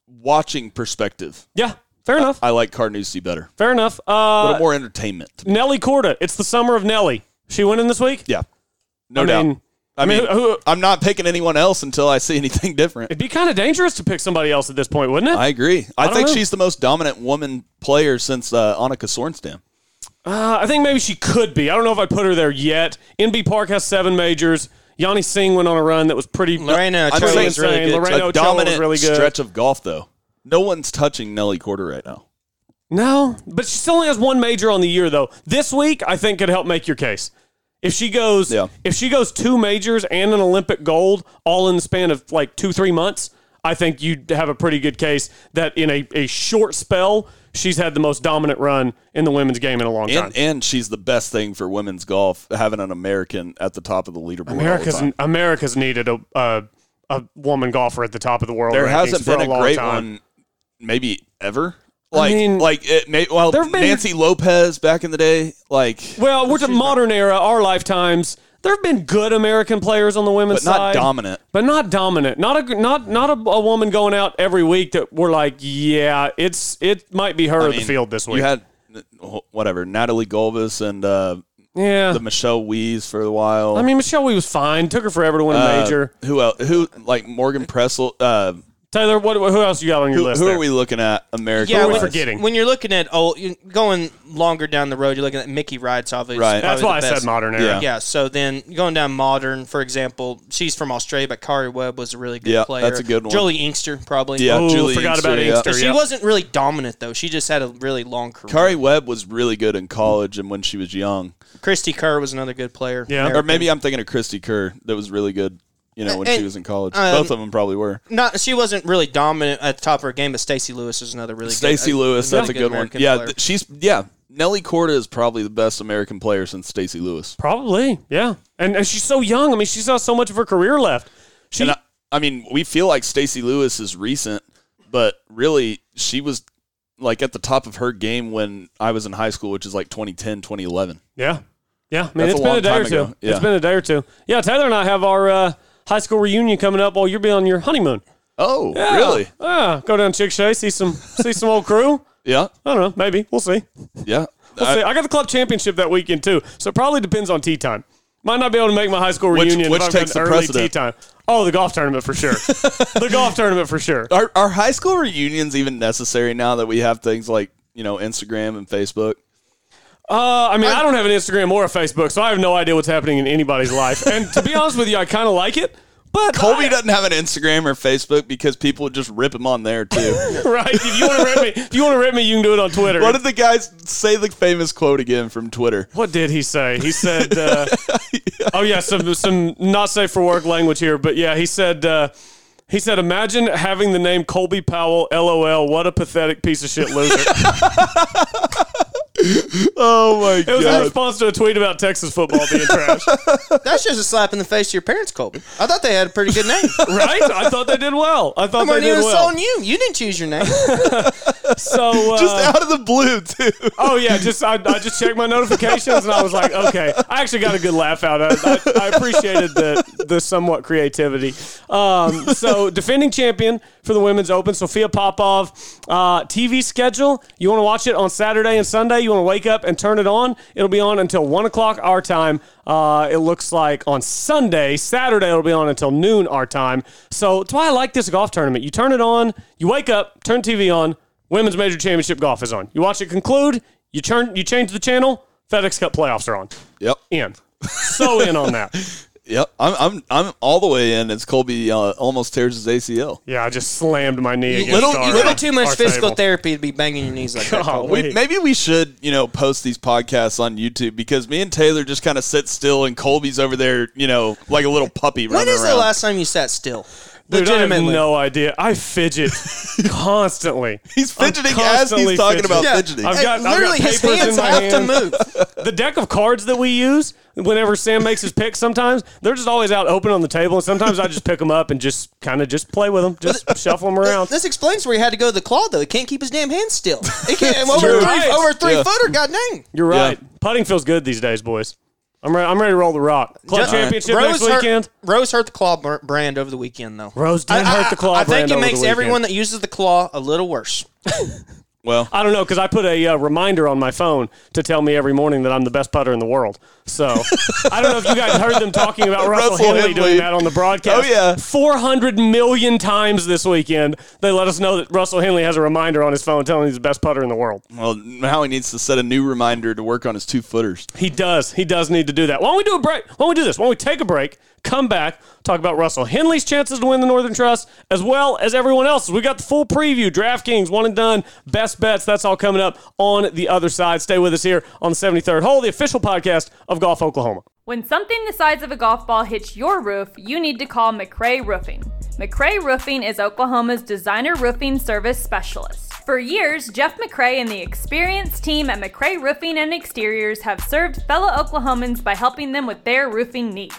Speaker 2: watching perspective,
Speaker 1: yeah, fair enough.
Speaker 2: I like Carnoustie better.
Speaker 1: fair enough.
Speaker 2: A
Speaker 1: Uh,
Speaker 2: little more entertainment.
Speaker 1: Nelly Corda. It's the summer of Nelly. She winning this week.
Speaker 2: Yeah, no
Speaker 1: I
Speaker 2: doubt.
Speaker 1: mean-
Speaker 2: I mean,
Speaker 1: mean, who-
Speaker 2: I'm not picking anyone else until I see anything different.
Speaker 1: It'd be kind of dangerous to pick somebody else at this point, wouldn't it?
Speaker 2: I agree. I,
Speaker 1: don't
Speaker 2: think
Speaker 1: know.
Speaker 2: she's the most dominant woman player since uh, Annika Sorenstam.
Speaker 1: Uh, I think maybe she could be. I don't know if I put her there yet. NB Park has seven majors. Yanni Singh went on a run that was pretty.
Speaker 3: Lorena
Speaker 2: I'm
Speaker 3: Ochoa
Speaker 2: saying
Speaker 3: is really
Speaker 1: insane.
Speaker 3: good.
Speaker 1: Lorena- I know
Speaker 2: a
Speaker 1: Ochoa was
Speaker 2: dominant
Speaker 1: really good.
Speaker 2: stretch of golf, though. No one's touching Nelly Quarter right now.
Speaker 1: No, but she still only has one major on the year though. This week, I think could help make your case. If she goes,
Speaker 2: Yeah.
Speaker 1: if she goes two majors and an Olympic gold all in the span of like two three months, I think you'd have a pretty good case that in a, a short spell she's had the most dominant run in the women's game in a long time.
Speaker 2: And, and she's the best thing for women's golf, having an American at the top of the leaderboard. all the
Speaker 1: America's
Speaker 2: time.
Speaker 1: America's needed a, a a woman golfer at the top of the world.
Speaker 2: there
Speaker 1: rankings
Speaker 2: hasn't
Speaker 1: for
Speaker 2: been a,
Speaker 1: long
Speaker 2: great
Speaker 1: time.
Speaker 2: one, maybe ever. Like,
Speaker 1: mean,
Speaker 2: like it may, well,
Speaker 1: there've been-
Speaker 2: Nancy Lopez back in the day. Like,
Speaker 1: Well, we're the modern era, our lifetimes. There have been good American players on the women's
Speaker 2: But not
Speaker 1: side,
Speaker 2: dominant.
Speaker 1: but not dominant. Not a not not a, a woman going out every week that we're like, yeah, it's it might be her
Speaker 2: I
Speaker 1: or
Speaker 2: mean,
Speaker 1: the field this week.
Speaker 2: You had whatever Natalie Golbus and uh,
Speaker 1: yeah,
Speaker 2: the Michelle Wees for a while.
Speaker 1: I mean Michelle Wee was fine. Took her forever to win a
Speaker 2: Uh,
Speaker 1: major.
Speaker 2: Who else? Who like Morgan Pressel? Uh,
Speaker 1: Taylor, what who else you got on your
Speaker 2: who
Speaker 1: list?
Speaker 2: who
Speaker 1: there?
Speaker 2: are we looking at? America.
Speaker 3: Yeah,
Speaker 1: are we
Speaker 3: when,
Speaker 1: forgetting?
Speaker 3: when you're looking at old, you're going longer down the road, you're looking at Mickey Rides, obviously.
Speaker 2: Right.
Speaker 1: That's why I said modern
Speaker 3: modern.
Speaker 1: era.
Speaker 2: Yeah.
Speaker 3: Yeah, so then going down modern, for example, she's from Australia, but Kari Webb was a really good
Speaker 2: Yeah,
Speaker 3: player.
Speaker 2: that's a good one.
Speaker 3: Jolie Inkster, probably.
Speaker 2: Yeah,
Speaker 1: Ooh,
Speaker 2: Julie
Speaker 1: forgot about
Speaker 2: Inkster, yeah.
Speaker 1: Inkster,
Speaker 3: She
Speaker 1: yeah.
Speaker 3: wasn't really dominant, though. She just had a really long career.
Speaker 2: Kari Webb was really good in college and when she was young.
Speaker 3: Christy Kerr was another good player.
Speaker 1: Yeah.
Speaker 2: Or maybe I'm thinking of Christy Kerr that was really good, you know, when
Speaker 3: Uh,
Speaker 2: she was in college.
Speaker 1: um,
Speaker 3: uh,
Speaker 2: Both of them probably were.
Speaker 3: Not, she wasn't really dominant at the top of her game, but Stacy Lewis is another really good uh,
Speaker 2: Stacy Lewis, that's a
Speaker 3: another
Speaker 2: good one.
Speaker 3: American
Speaker 2: Yeah,
Speaker 3: player.
Speaker 2: th- she's yeah. Nelly Korda is probably the best American player since Stacy Lewis.
Speaker 1: Probably, yeah. And and she's so young. I mean, she's got so much of her career left. She
Speaker 2: And I, I mean, we feel like Stacy Lewis is recent, but really she was like at the top of her game when I was in high school, which is like 2010, 2011.
Speaker 1: Yeah. Yeah. I mean,
Speaker 2: That's
Speaker 1: it's
Speaker 2: a
Speaker 1: been
Speaker 2: long
Speaker 1: a day
Speaker 2: time
Speaker 1: or two.
Speaker 2: ago. Yeah.
Speaker 1: It's been a day or two. Yeah. Taylor and I have our uh, high school reunion coming up while you're being on your honeymoon.
Speaker 2: Oh,
Speaker 1: Yeah.
Speaker 2: really?
Speaker 1: Ah, go down Chick Shay, see some see some old crew.
Speaker 2: Yeah,
Speaker 1: I don't know. Maybe we'll see.
Speaker 2: yeah.
Speaker 1: We'll see. I got the club championship that weekend too, so it probably depends on tea time. Might not be able to make my high school
Speaker 2: Which-
Speaker 1: reunion if
Speaker 2: which
Speaker 1: I've got
Speaker 2: takes
Speaker 1: an
Speaker 2: the
Speaker 1: early
Speaker 2: precedent?
Speaker 1: tea time. Oh, the golf tournament for sure. the golf tournament for sure.
Speaker 2: Are are high school reunions even necessary now that we have things like you know Instagram and Facebook?
Speaker 1: Uh, I mean, I don't have an Instagram or a Facebook, so I have no idea what's happening in anybody's life. And to be honest with you, I kind of like it. But
Speaker 2: Colby doesn't have an Instagram or Facebook because people just rip him on there too.
Speaker 1: right? If you want to rip me, if you want to rip me, you can do it on Twitter.
Speaker 2: what did the guys say? The famous quote again from Twitter.
Speaker 1: What did he say? He said, uh, "Oh yeah, some some not safe for work language here, but yeah, he said." Uh, he said, "Imagine having the name Colby Powell. LOL. What a pathetic piece of shit loser."
Speaker 2: Oh my
Speaker 1: It was in
Speaker 2: god!
Speaker 1: response to a tweet about Texas football being trash,
Speaker 3: That's just a slap in the face to your parents, Colby. I thought they had a pretty good name.
Speaker 1: right? I thought they did well. I thought
Speaker 3: I
Speaker 1: they
Speaker 3: weren't
Speaker 1: did
Speaker 3: even
Speaker 1: well.
Speaker 3: on you. You didn't choose your name.
Speaker 1: So uh,
Speaker 2: Just out of the blue too.
Speaker 1: Oh yeah, just I, I just checked my notifications and I was like, okay. I actually got a good laugh out. I, I, I appreciated the the somewhat creativity. Um, so defending champion for the women's open, Sophia Popov. Uh, TV schedule. You want to watch it on Saturday and Sunday. You want to wake up and turn it on. It'll be on until one o'clock our time. Uh, it looks like on Sunday, Saturday it'll be on until noon our time. So that's why I like this golf tournament. You turn it on, you wake up, turn TV on. Women's Major Championship golf is on. You watch it conclude. You turn. You change the channel. FedEx Cup playoffs are on.
Speaker 2: Yep,
Speaker 1: In. So in on that.
Speaker 2: yep. I'm I'm I'm all the way in. As Colby uh, almost tears his ACL.
Speaker 1: Yeah, I just slammed my knee against
Speaker 2: little-
Speaker 1: our,
Speaker 2: you
Speaker 3: You little too much
Speaker 1: our
Speaker 3: physical
Speaker 1: table.
Speaker 3: therapy to be banging your knees like that.
Speaker 1: Oh,
Speaker 3: Colby.
Speaker 1: wait.
Speaker 2: Maybe we should, you know, post these podcasts on YouTube because me and Taylor just kind of sit still, and Colby's over there, you know, like a little puppy running
Speaker 3: When is
Speaker 2: around.
Speaker 3: the last time you sat still?
Speaker 1: Dude, I have
Speaker 3: Legitimately.
Speaker 1: no idea. I fidget constantly.
Speaker 2: He's
Speaker 1: I'm
Speaker 2: fidgeting as
Speaker 1: constantly
Speaker 2: he's talking
Speaker 1: fidgeting.
Speaker 2: about
Speaker 3: Yeah.
Speaker 2: fidgeting.
Speaker 1: I've got- I've got
Speaker 3: Literally, his
Speaker 1: papers in
Speaker 3: hands
Speaker 1: my
Speaker 3: have
Speaker 1: hand.
Speaker 3: to move.
Speaker 1: The deck of cards that we use, whenever Sam makes his picks, sometimes they're just always out open on the table, and sometimes I just pick them up and just kind of just play with them, just shuffle them around.
Speaker 3: This explains where he had to go to the claw, though. He can't keep his damn hands still. He can't over
Speaker 1: true.
Speaker 3: three,
Speaker 1: Right.
Speaker 3: over three
Speaker 2: Yeah.
Speaker 3: footer. God dang.
Speaker 1: You're
Speaker 2: Yeah.
Speaker 1: right. Putting feels good these days, boys. I'm ready. I'm ready to roll the rock. Club
Speaker 3: Just-
Speaker 1: championship
Speaker 3: Rose
Speaker 1: next
Speaker 3: hurt-
Speaker 1: weekend.
Speaker 3: Rose hurt the claw br- brand over the weekend, though.
Speaker 1: Rose did hurt the claw
Speaker 3: I think
Speaker 1: brand
Speaker 3: it
Speaker 1: over the
Speaker 3: makes
Speaker 1: weekend.
Speaker 3: everyone that uses the claw a little worse.
Speaker 2: Well,
Speaker 1: I don't know because I put a uh, reminder on my phone to tell me every morning that I'm the best putter in the world. So I don't know if you guys heard them talking about Russell,
Speaker 2: Russell
Speaker 1: Henley, doing
Speaker 2: Henley.
Speaker 1: that on the
Speaker 2: Oh,
Speaker 1: broadcast.
Speaker 2: yeah.
Speaker 1: 400 million times this weekend they let us know that Russell Henley has a reminder on his phone telling him he's the best putter in the world.
Speaker 2: well, now he needs to set a new reminder to work on his two footers.
Speaker 1: He does. He does need to do that. Why don't we do a break? Why don't we do this? Why don't we take a break, come back, talk about Russell Henley's chances to win the Northern Trust, as well as everyone else's. We got the full preview, DraftKings, one and done, best bets. That's all coming up on the other side. Stay with us here on the 73rd Hole, the official podcast of Golf Oklahoma.
Speaker 4: When something the size of a golf ball hits your roof, you need to call McRae Roofing. McRae Roofing is Oklahoma's designer roofing service specialist. For years, Jeff McRae and the experienced team at McRae Roofing and Exteriors have served fellow Oklahomans by helping them with their roofing needs.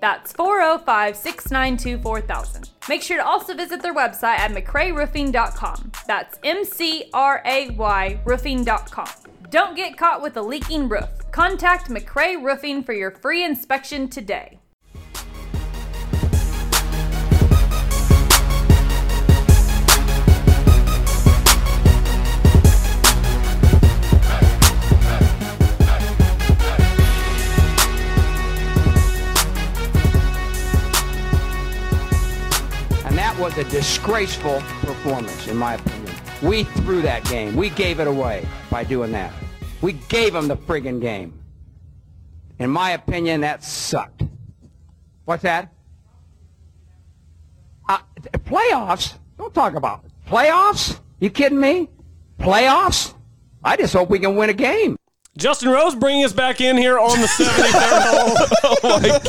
Speaker 4: That's 405 692 4000. Make sure to also visit their website at mcrayroofing.com. That's M C R A Y roofing.com. Don't get caught with a leaking roof. Contact McRae Roofing for your free inspection today.
Speaker 5: And that was a disgraceful performance, in my opinion. We threw that game. We gave it away by doing that. We gave them the friggin' game. In my opinion, that sucked. What's that? Uh, th- playoffs? Don't talk about it. playoffs. You kidding me? Playoffs? I just hope we can win a game.
Speaker 1: Justin Rose bringing us back in here on the 73rd hole. oh my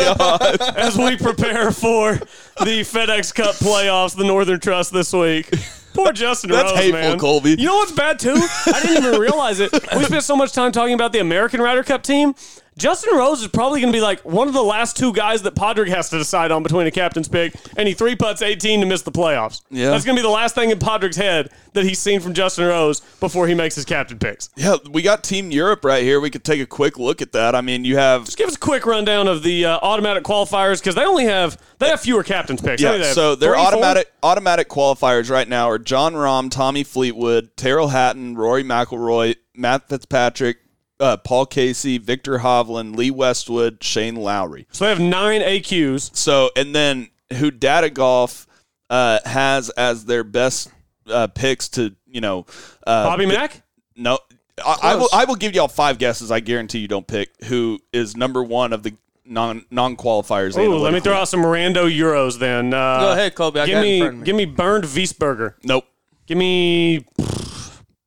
Speaker 1: God. As we prepare for the FedEx Cup playoffs, the Northern Trust this week. Poor Justin
Speaker 2: That's
Speaker 1: Rose,
Speaker 2: hateful,
Speaker 1: man.
Speaker 2: Colby.
Speaker 1: You know what's bad, too? I didn't even realize it. We spent so much time talking about the American Ryder Cup team. Justin Rose is probably going to be like one of the last two guys that Podrick has to decide on between a captain's pick, and he three putts 18 to miss the playoffs.
Speaker 2: Yeah.
Speaker 1: That's going to be the last thing in Podrick's head that he's seen from Justin Rose before he makes his captain picks.
Speaker 2: Yeah, we got Team Europe right here. We could take a quick look at that. I mean, you have
Speaker 1: Give us a quick rundown of the uh, automatic qualifiers because they only have they have fewer captains picks. What do
Speaker 2: yeah.
Speaker 1: they have,
Speaker 2: So their
Speaker 1: three, four?
Speaker 2: automatic automatic qualifiers right now are John Rahm, Tommy Fleetwood, Terrell Hatton, Rory McIlroy, Matt Fitzpatrick, uh, Paul Casey, Victor Hovland, Lee Westwood, Shane Lowry.
Speaker 1: So they have nine AQs.
Speaker 2: So, and then who Data Golf uh, has as their best uh, picks to you know uh,
Speaker 1: Bobby Mack.
Speaker 2: No, I, I will. I will give y'all five guesses. I guarantee you don't pick who is number one of the non non qualifiers.
Speaker 1: Ooh, let me throw out some Rando Euros then. Uh,
Speaker 3: Go ahead, Colby. I
Speaker 1: give
Speaker 3: got it in
Speaker 1: me
Speaker 3: front of me.
Speaker 1: give me Burned Wiesberger.
Speaker 2: Nope.
Speaker 1: Give me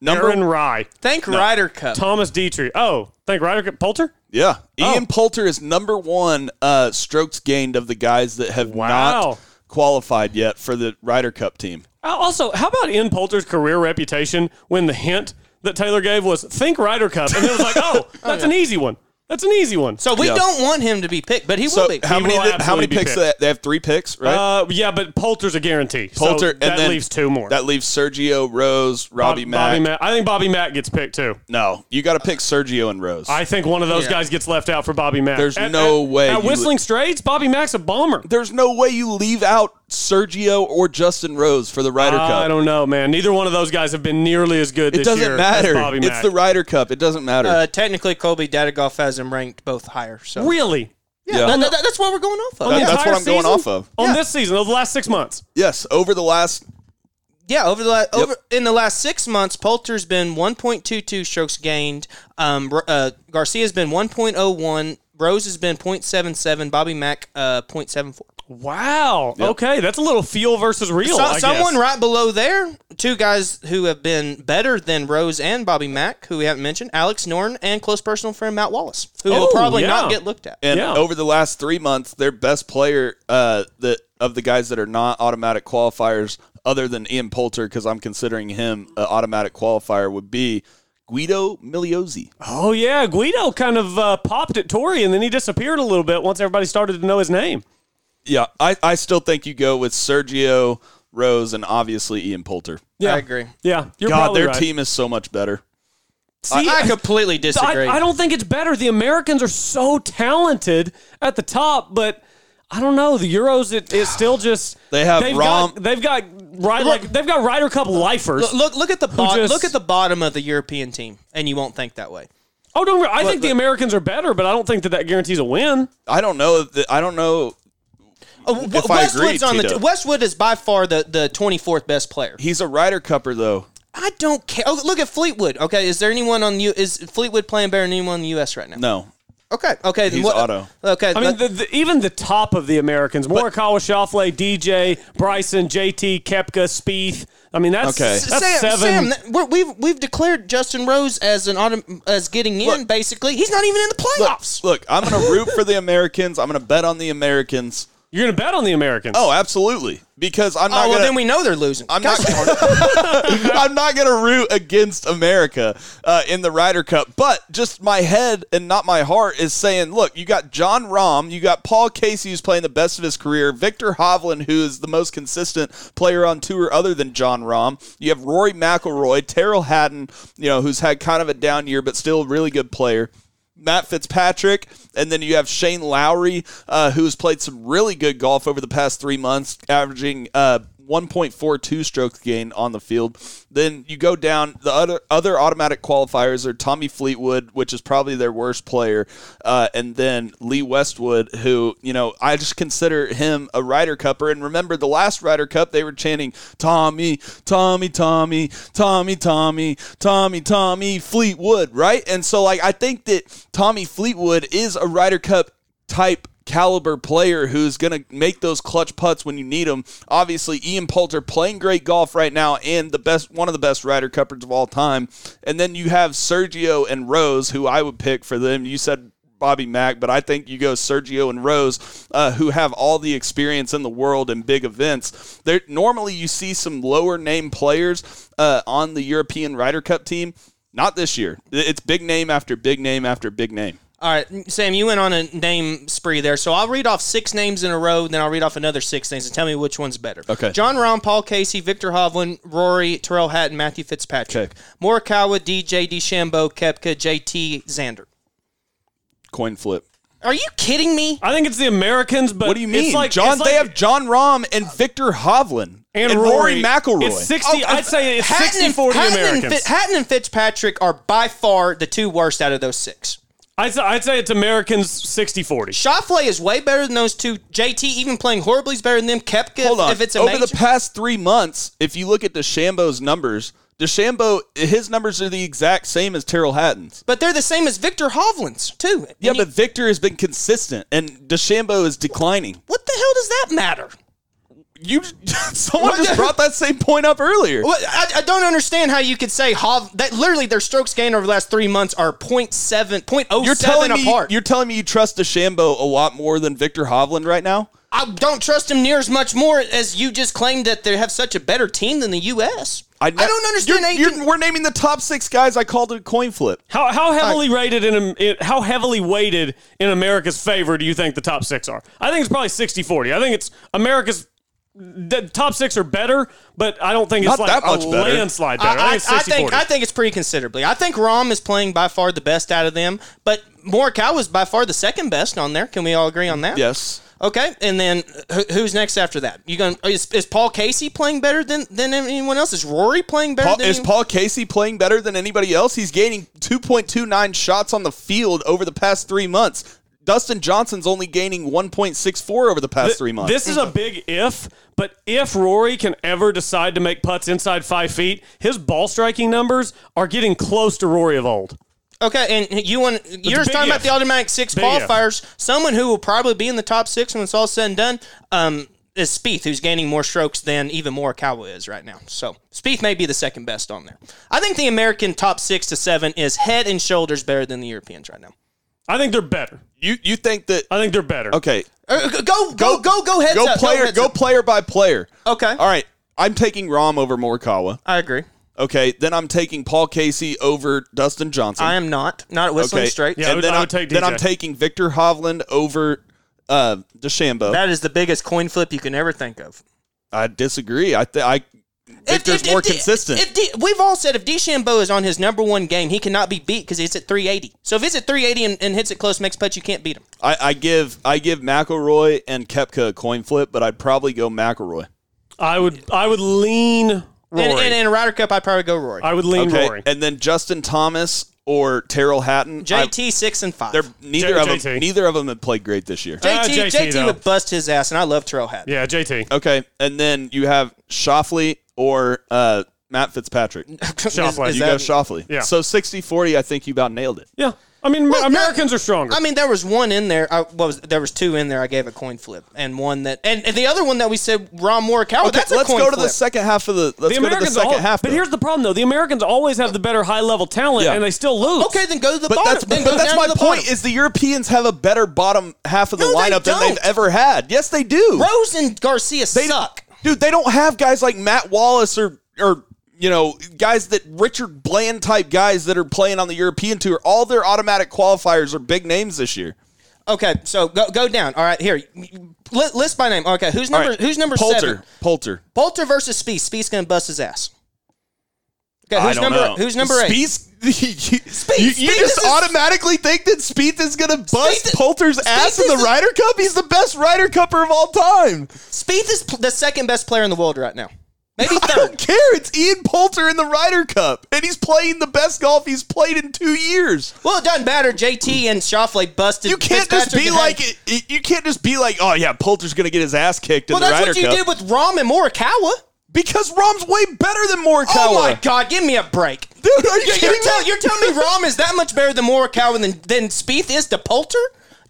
Speaker 2: Number
Speaker 1: Aaron Rye.
Speaker 3: Thank Ryder Cup.
Speaker 1: Thomas Dietrich. Oh, thank Ryder Cup- Poulter.
Speaker 2: yeah,
Speaker 1: Oh.
Speaker 2: Ian Poulter is number one uh, strokes gained of the guys that have
Speaker 1: Wow.
Speaker 2: not qualified yet for the Ryder Cup team.
Speaker 1: Uh, Also, how about Ian Poulter's career reputation when the hint that Taylor gave was think Ryder Cup, and it was like, oh, that's an easy one. That's an easy one.
Speaker 3: So we
Speaker 2: Yeah.
Speaker 3: don't want him to be picked, but he
Speaker 2: So
Speaker 3: will be.
Speaker 2: how
Speaker 1: He
Speaker 2: many?
Speaker 1: will
Speaker 2: th- how many
Speaker 1: absolutely be
Speaker 2: picks?
Speaker 1: picked.
Speaker 2: They, they have three picks, right?
Speaker 1: Uh, yeah, but Poulter's a guarantee. So
Speaker 2: Poulter and
Speaker 1: that
Speaker 2: then
Speaker 1: leaves two more.
Speaker 2: That leaves Sergio Rose, Robbie
Speaker 1: Bob-
Speaker 2: Mack.
Speaker 1: Bobby Mack. I think Bobby Mack gets picked too.
Speaker 2: No, you got to pick Sergio and Rose.
Speaker 1: I think one of those
Speaker 3: Yeah.
Speaker 1: guys gets left out for Bobby Mack.
Speaker 2: There's no way
Speaker 1: At
Speaker 2: you-
Speaker 1: Whistling Straits, Bobby Mack's a bomber.
Speaker 2: There's no way you leave out Sergio or Justin Rose for the Ryder Cup.
Speaker 1: I don't know, man. Neither one of those guys have been nearly as good.
Speaker 2: It
Speaker 1: this year
Speaker 2: doesn't
Speaker 1: as
Speaker 2: matter.
Speaker 1: Bobby
Speaker 2: It's
Speaker 1: Mack.
Speaker 2: the Ryder Cup. It doesn't matter.
Speaker 3: Uh, technically, Colby Datagoff has him ranked both higher. So
Speaker 1: really
Speaker 2: yeah.
Speaker 3: That- that- that's what we're going off of.
Speaker 1: The
Speaker 2: That- that's
Speaker 1: entire
Speaker 2: what I'm going
Speaker 1: season?
Speaker 2: off of.
Speaker 1: on
Speaker 2: Yeah.
Speaker 1: this season of the last six months.
Speaker 2: yes, over the last
Speaker 3: Yeah, over the la- over in the last six months, Poulter's been 1.22 strokes gained. Um, R- uh, Garcia's been 1.01. Rose has been 0.77. Bobby Mack uh, 0.74.
Speaker 1: Wow. Okay, that's a little feel versus real.
Speaker 3: So-
Speaker 1: Oh, I guess.
Speaker 3: someone right below there, two guys who have been better than Rose and Bobby Mack, who we haven't mentioned, Alex Norton and close personal friend Matt Wallace, who
Speaker 1: Oh,
Speaker 3: will probably
Speaker 1: yeah.
Speaker 3: not get looked at.
Speaker 2: and
Speaker 1: Yeah.
Speaker 2: over the last three months, their best player uh, that of the guys that are not automatic qualifiers, other than Ian Poulter, because I'm considering him an automatic qualifier, would be Guido Migliozzi.
Speaker 1: Oh yeah, Guido kind of uh, popped at Tory, and then he disappeared a little bit once everybody started to know his name.
Speaker 2: Yeah, I, I still think you go with Sergio Rose and obviously Ian Poulter.
Speaker 3: I agree.
Speaker 1: Yeah, you're
Speaker 2: God,
Speaker 1: probably
Speaker 2: their
Speaker 1: right.
Speaker 2: team is so much better.
Speaker 1: See,
Speaker 3: I completely disagree.
Speaker 1: I, I don't think it's better. The Americans are so talented at the top, but I don't know. The Euros, it, it's still just
Speaker 2: They have
Speaker 1: they've
Speaker 2: Rom-
Speaker 1: got they've got right like they've got Ryder Cup lifers.
Speaker 3: Look- look look at the bo-
Speaker 1: just-
Speaker 3: look at the bottom of the European team, and you won't think that way.
Speaker 1: oh, don't worry. I think the Americans are better, but I don't think that that guarantees a win.
Speaker 2: I don't know. if the- I don't know.
Speaker 3: Uh, w-
Speaker 2: If I
Speaker 3: Westwood's
Speaker 2: agree,
Speaker 3: on the
Speaker 2: Tito.
Speaker 3: t- Westwood is by far the the twenty fourth best player.
Speaker 2: He's a Ryder Cupper though.
Speaker 3: I don't care. Oh, look at Fleetwood. Okay, is there anyone on you? Is Fleetwood playing better than anyone in the U.S. right now?
Speaker 2: No,
Speaker 3: Okay. Okay. then
Speaker 2: He's auto.
Speaker 3: Okay.
Speaker 1: I mean,
Speaker 3: let-
Speaker 1: the, the, even the top of the Americans, Morikawa, Shoffley, DJ, Bryson, JT, Kepka, Spieth. I mean, that's,
Speaker 2: Okay.
Speaker 1: that's
Speaker 3: Sam,
Speaker 1: seven.
Speaker 3: Sam that- we're, we've we've declared Justin Rose as an autom- as getting in.
Speaker 2: Look.
Speaker 3: basically, he's not even in the playoffs.
Speaker 2: Look, I'm going to root for the Americans. I'm going to bet on the Americans.
Speaker 1: You're going to bet on the Americans.
Speaker 2: Oh, absolutely. Because I'm
Speaker 3: oh
Speaker 2: not
Speaker 3: well,
Speaker 2: going
Speaker 3: then
Speaker 2: to.
Speaker 3: we know they're losing.
Speaker 2: I'm not. I'm not going to root against America uh, in the Ryder Cup, but just my head and not my heart is saying, look, you got John Rahm, you got Paul Casey, who's playing the best of his career, Victor Hovland, who is the most consistent player on tour other than John Rahm. You have Rory McIlroy, Terrell Hatton, you know, who's had kind of a down year, but still a really good player. Matt Fitzpatrick, and then you have Shane Lowry, uh, who's played some really good golf over the past three months, averaging uh, 1.42 strokes gain on the field. Then you go down. The other other automatic qualifiers are Tommy Fleetwood, which is probably their worst player, uh, and then Lee Westwood, who you know I just consider him a Ryder Cupper. And remember, the last Ryder Cup they were chanting Tommy, Tommy, Tommy, Tommy, Tommy, Tommy, Tommy Fleetwood, right? And so like I think that Tommy Fleetwood is a Ryder Cup type caliber player who's going to make those clutch putts when you need them. Obviously, Ian Poulter playing great golf right now and the best one of the best Ryder Cuppers of all time. And then you have Sergio and Rose, who I would pick for them. You said Bobby Mack, but I think you go Sergio and Rose, uh, who have all the experience in the world in big events. There normally you see some lower name players uh, on the European Ryder Cup team. Not this year. It's big name after big name after big name.
Speaker 3: All right, Sam, you went on a name spree there. So I'll read off six names in a row, then I'll read off another six names and tell me which one's better.
Speaker 2: Okay.
Speaker 3: John Rahm, Paul Casey, Victor Hovland, Rory, Terrell Hatton, Matthew Fitzpatrick.
Speaker 2: Okay.
Speaker 3: Morikawa, DJ, DeChambeau, Kepka, JT, Xander.
Speaker 2: Coin flip.
Speaker 3: Are you kidding me?
Speaker 1: I think it's the Americans, but
Speaker 2: What do you mean,
Speaker 1: It's like
Speaker 2: John?
Speaker 1: it's like-
Speaker 2: they have John Rahm and Victor Hovland
Speaker 1: and,
Speaker 2: Rory, McIlroy.
Speaker 1: It's sixty.
Speaker 3: Oh,
Speaker 1: I'd say it's
Speaker 3: Hatton
Speaker 1: 60
Speaker 3: and-
Speaker 1: 40
Speaker 3: Hatton and
Speaker 1: Americans.
Speaker 3: Fi- Hatton and Fitzpatrick are by far the two worst out of those six.
Speaker 1: I'd, say, I'd say it's Americans 60 40.
Speaker 3: Shoffley is way better than those two. JT, even playing horribly, is better than them. Kepka,
Speaker 2: Hold on.
Speaker 3: if it's a
Speaker 2: Over
Speaker 3: major.
Speaker 2: the past three months, if you look at DeChambeau's numbers, DeChambeau his numbers are the exact same as Terrell Hatton's.
Speaker 3: but they're the same as Victor Hovland's, too.
Speaker 2: Yeah,
Speaker 3: And you-
Speaker 2: but Victor has been consistent, and DeChambeau is declining.
Speaker 3: what the hell does that matter?
Speaker 2: You someone
Speaker 3: What
Speaker 2: just
Speaker 3: the-
Speaker 2: brought that same point up earlier.
Speaker 3: Well, I, I don't understand how you could say Hov that literally their strokes gained over the last three months are 0.7, 0.07
Speaker 2: You're telling me
Speaker 3: apart.
Speaker 2: you're telling me you trust DeChambeau a lot more than Victor Hovland right now.
Speaker 3: I don't trust him near as much more as you just claimed that they have such a better team than the U.S. I,
Speaker 2: ne-
Speaker 3: don't understand
Speaker 2: You're-
Speaker 3: how you
Speaker 2: you're-
Speaker 3: can-
Speaker 2: we're naming the top six guys. I called it a coin flip.
Speaker 1: How, how heavily rated in, in how heavily weighted in America's favor do you think the top six are? I think it's probably 60 40. I think it's America's the top six are better, but I don't think
Speaker 2: Not
Speaker 1: it's like
Speaker 2: that much
Speaker 1: a
Speaker 2: better.
Speaker 1: landslide better. I,
Speaker 3: I, I,
Speaker 1: think
Speaker 3: I
Speaker 1: it's 60
Speaker 3: think
Speaker 1: 40.
Speaker 3: I think it's pretty considerably. I think Rom is playing by far the best out of them, but Morikawa is by far the second best on there. Can we all agree on that?
Speaker 2: Yes.
Speaker 3: Okay, and then who, who's next after that? You going to is, is Paul Casey playing better than than anyone else? Is Rory playing better?
Speaker 2: Paul,
Speaker 3: than
Speaker 2: is
Speaker 3: anyone-
Speaker 2: Paul Casey playing better than anybody else? He's gaining 2.29 shots on the field over the past three months. Dustin Johnson's only gaining 1.64 over the past
Speaker 1: Th-
Speaker 2: three months.
Speaker 1: This is a big if, but if Rory can ever decide to make putts inside five feet, his ball striking numbers are getting close to Rory of old.
Speaker 3: Okay, and you want you're just
Speaker 1: big
Speaker 3: talking about
Speaker 1: if.
Speaker 3: the automatic six
Speaker 1: Big if.
Speaker 3: qualifiers. Someone who will probably be in the top six when it's all said and done um, is Spieth, who's gaining more strokes than even Morikawa is right now. So Spieth may be the second best on there. I think the American top six to seven is head and shoulders better than the Europeans right now.
Speaker 1: I think they're better.
Speaker 2: you you think that
Speaker 1: I think they're better.
Speaker 2: okay?
Speaker 3: Uh, go, go, go, go, heads
Speaker 2: Go
Speaker 3: up.
Speaker 2: player,
Speaker 3: heads
Speaker 2: go
Speaker 3: up.
Speaker 2: player by player.
Speaker 3: Okay.
Speaker 2: All right, I'm taking Rom over Morikawa.
Speaker 3: I agree.
Speaker 2: Okay, then I'm taking Paul Casey over Dustin Johnson.
Speaker 3: I am not not at whistling
Speaker 2: okay,
Speaker 3: straight.
Speaker 1: Yeah. I
Speaker 2: and
Speaker 1: would-
Speaker 2: then
Speaker 1: I would
Speaker 2: I'm-
Speaker 1: take
Speaker 2: then
Speaker 1: DJ.
Speaker 2: I'm taking Victor Hovland over uh, DeChambeau.
Speaker 3: That is the biggest coin flip you can ever think of.
Speaker 2: I disagree. I th- I Victor's more
Speaker 3: D-
Speaker 2: consistent.
Speaker 3: If D, we've all said if DeChambeau is on his number one game, he cannot be beat because he's at 380. So if he's at 380 and, and hits it close, makes putts, you can't beat him.
Speaker 2: I, I give I give McElroy and Kepka a coin flip, but I'd probably go McElroy.
Speaker 1: I would I would lean Rory.
Speaker 3: And, and in a Ryder Cup, I'd probably go Rory.
Speaker 1: I would lean
Speaker 2: Okay,
Speaker 1: Rory.
Speaker 2: and then Justin Thomas or Terrell Hatton. I-
Speaker 3: JT six and five.
Speaker 2: they're neither
Speaker 1: J-
Speaker 2: of them.
Speaker 1: JT.
Speaker 2: Neither of them have played great this year.
Speaker 3: JT,
Speaker 1: Ah, JT,
Speaker 3: JT,
Speaker 1: though.
Speaker 3: would bust his ass, and I love Terrell Hatton.
Speaker 1: yeah, JT.
Speaker 2: Okay, and then you have Shoffley or uh, Matt Fitzpatrick. You
Speaker 1: Shoffley.
Speaker 3: Is- is
Speaker 2: go
Speaker 3: that-
Speaker 2: Shoffley.
Speaker 1: Yeah.
Speaker 2: So 60-40, I think you about nailed it.
Speaker 1: Yeah. I mean,
Speaker 3: Well,
Speaker 1: Americans
Speaker 3: no,
Speaker 1: are stronger.
Speaker 3: I mean, there was one in there. I what was there was two in there. I gave a coin flip, and one that, and, and the other one that we said Ron Morikawa.
Speaker 2: Okay,
Speaker 3: Oh, that's a
Speaker 2: let's
Speaker 3: coin
Speaker 2: go to
Speaker 3: flip.
Speaker 2: the second half of the. Let's
Speaker 1: the
Speaker 2: go to the
Speaker 1: Americans
Speaker 2: second
Speaker 1: all-
Speaker 2: half.
Speaker 1: But
Speaker 2: though.
Speaker 1: here's the problem, though. The Americans always have the better high level talent,
Speaker 2: Yeah.
Speaker 1: and they still lose.
Speaker 3: Okay, then go to the
Speaker 2: But
Speaker 3: bottom.
Speaker 2: that's
Speaker 3: then
Speaker 2: but
Speaker 3: go
Speaker 2: that's
Speaker 3: down
Speaker 2: my
Speaker 3: to the
Speaker 2: point
Speaker 3: bottom.
Speaker 2: is the Europeans have a better bottom half of the
Speaker 3: No, they
Speaker 2: lineup than they've
Speaker 3: don't.
Speaker 2: ever had. Yes, they do.
Speaker 3: Rose and Garcia
Speaker 2: They
Speaker 3: suck.
Speaker 2: dude. They don't have guys like Matt Wallace or or you know guys that Richard Bland type guys that are playing on the European tour. All their automatic qualifiers are big names this year.
Speaker 3: Okay, so go go down. All right, here. Li- List by name. Okay, who's
Speaker 2: All
Speaker 3: number
Speaker 2: right.
Speaker 3: who's number
Speaker 2: Poulter.
Speaker 3: seven?
Speaker 2: Poulter.
Speaker 3: Poulter versus Spieth. Spieth's gonna bust his ass. Okay, who's
Speaker 2: I don't
Speaker 3: number
Speaker 2: know.
Speaker 3: who's number eight?
Speaker 2: Spieth. you, you
Speaker 3: Spieth
Speaker 2: just
Speaker 3: is-
Speaker 2: automatically think that Spieth is going to bust
Speaker 3: Spieth-
Speaker 2: Poulter's
Speaker 3: Spieth
Speaker 2: ass in
Speaker 3: is
Speaker 2: the
Speaker 3: the-
Speaker 2: Ryder Cup. He's the best Ryder Cupper of all time.
Speaker 3: Spieth is pl- the second best player in the world right now. Maybe
Speaker 2: I
Speaker 3: third.
Speaker 2: don't care. It's Ian Poulter in the Ryder Cup, and he's playing the best golf he's played in two years.
Speaker 3: well, it doesn't matter. JT and Shoffley busted.
Speaker 2: You can't just
Speaker 3: Fitzpatrick
Speaker 2: be
Speaker 3: and
Speaker 2: like
Speaker 3: Hay.
Speaker 2: it- it- you can't just be like, oh yeah, Poulter's gonna get his ass kicked
Speaker 3: Well,
Speaker 2: in the
Speaker 3: that's
Speaker 2: Ryder
Speaker 3: what you
Speaker 2: Cup
Speaker 3: did with Rom and Morikawa.
Speaker 2: because Rom's way better than Morikawa.
Speaker 3: Oh my God! Give me a break.
Speaker 2: dude, are you
Speaker 3: You're,
Speaker 2: kidding me?
Speaker 3: tell- you're telling me Rom is that much better than Morikawa than than Spieth is to Poulter?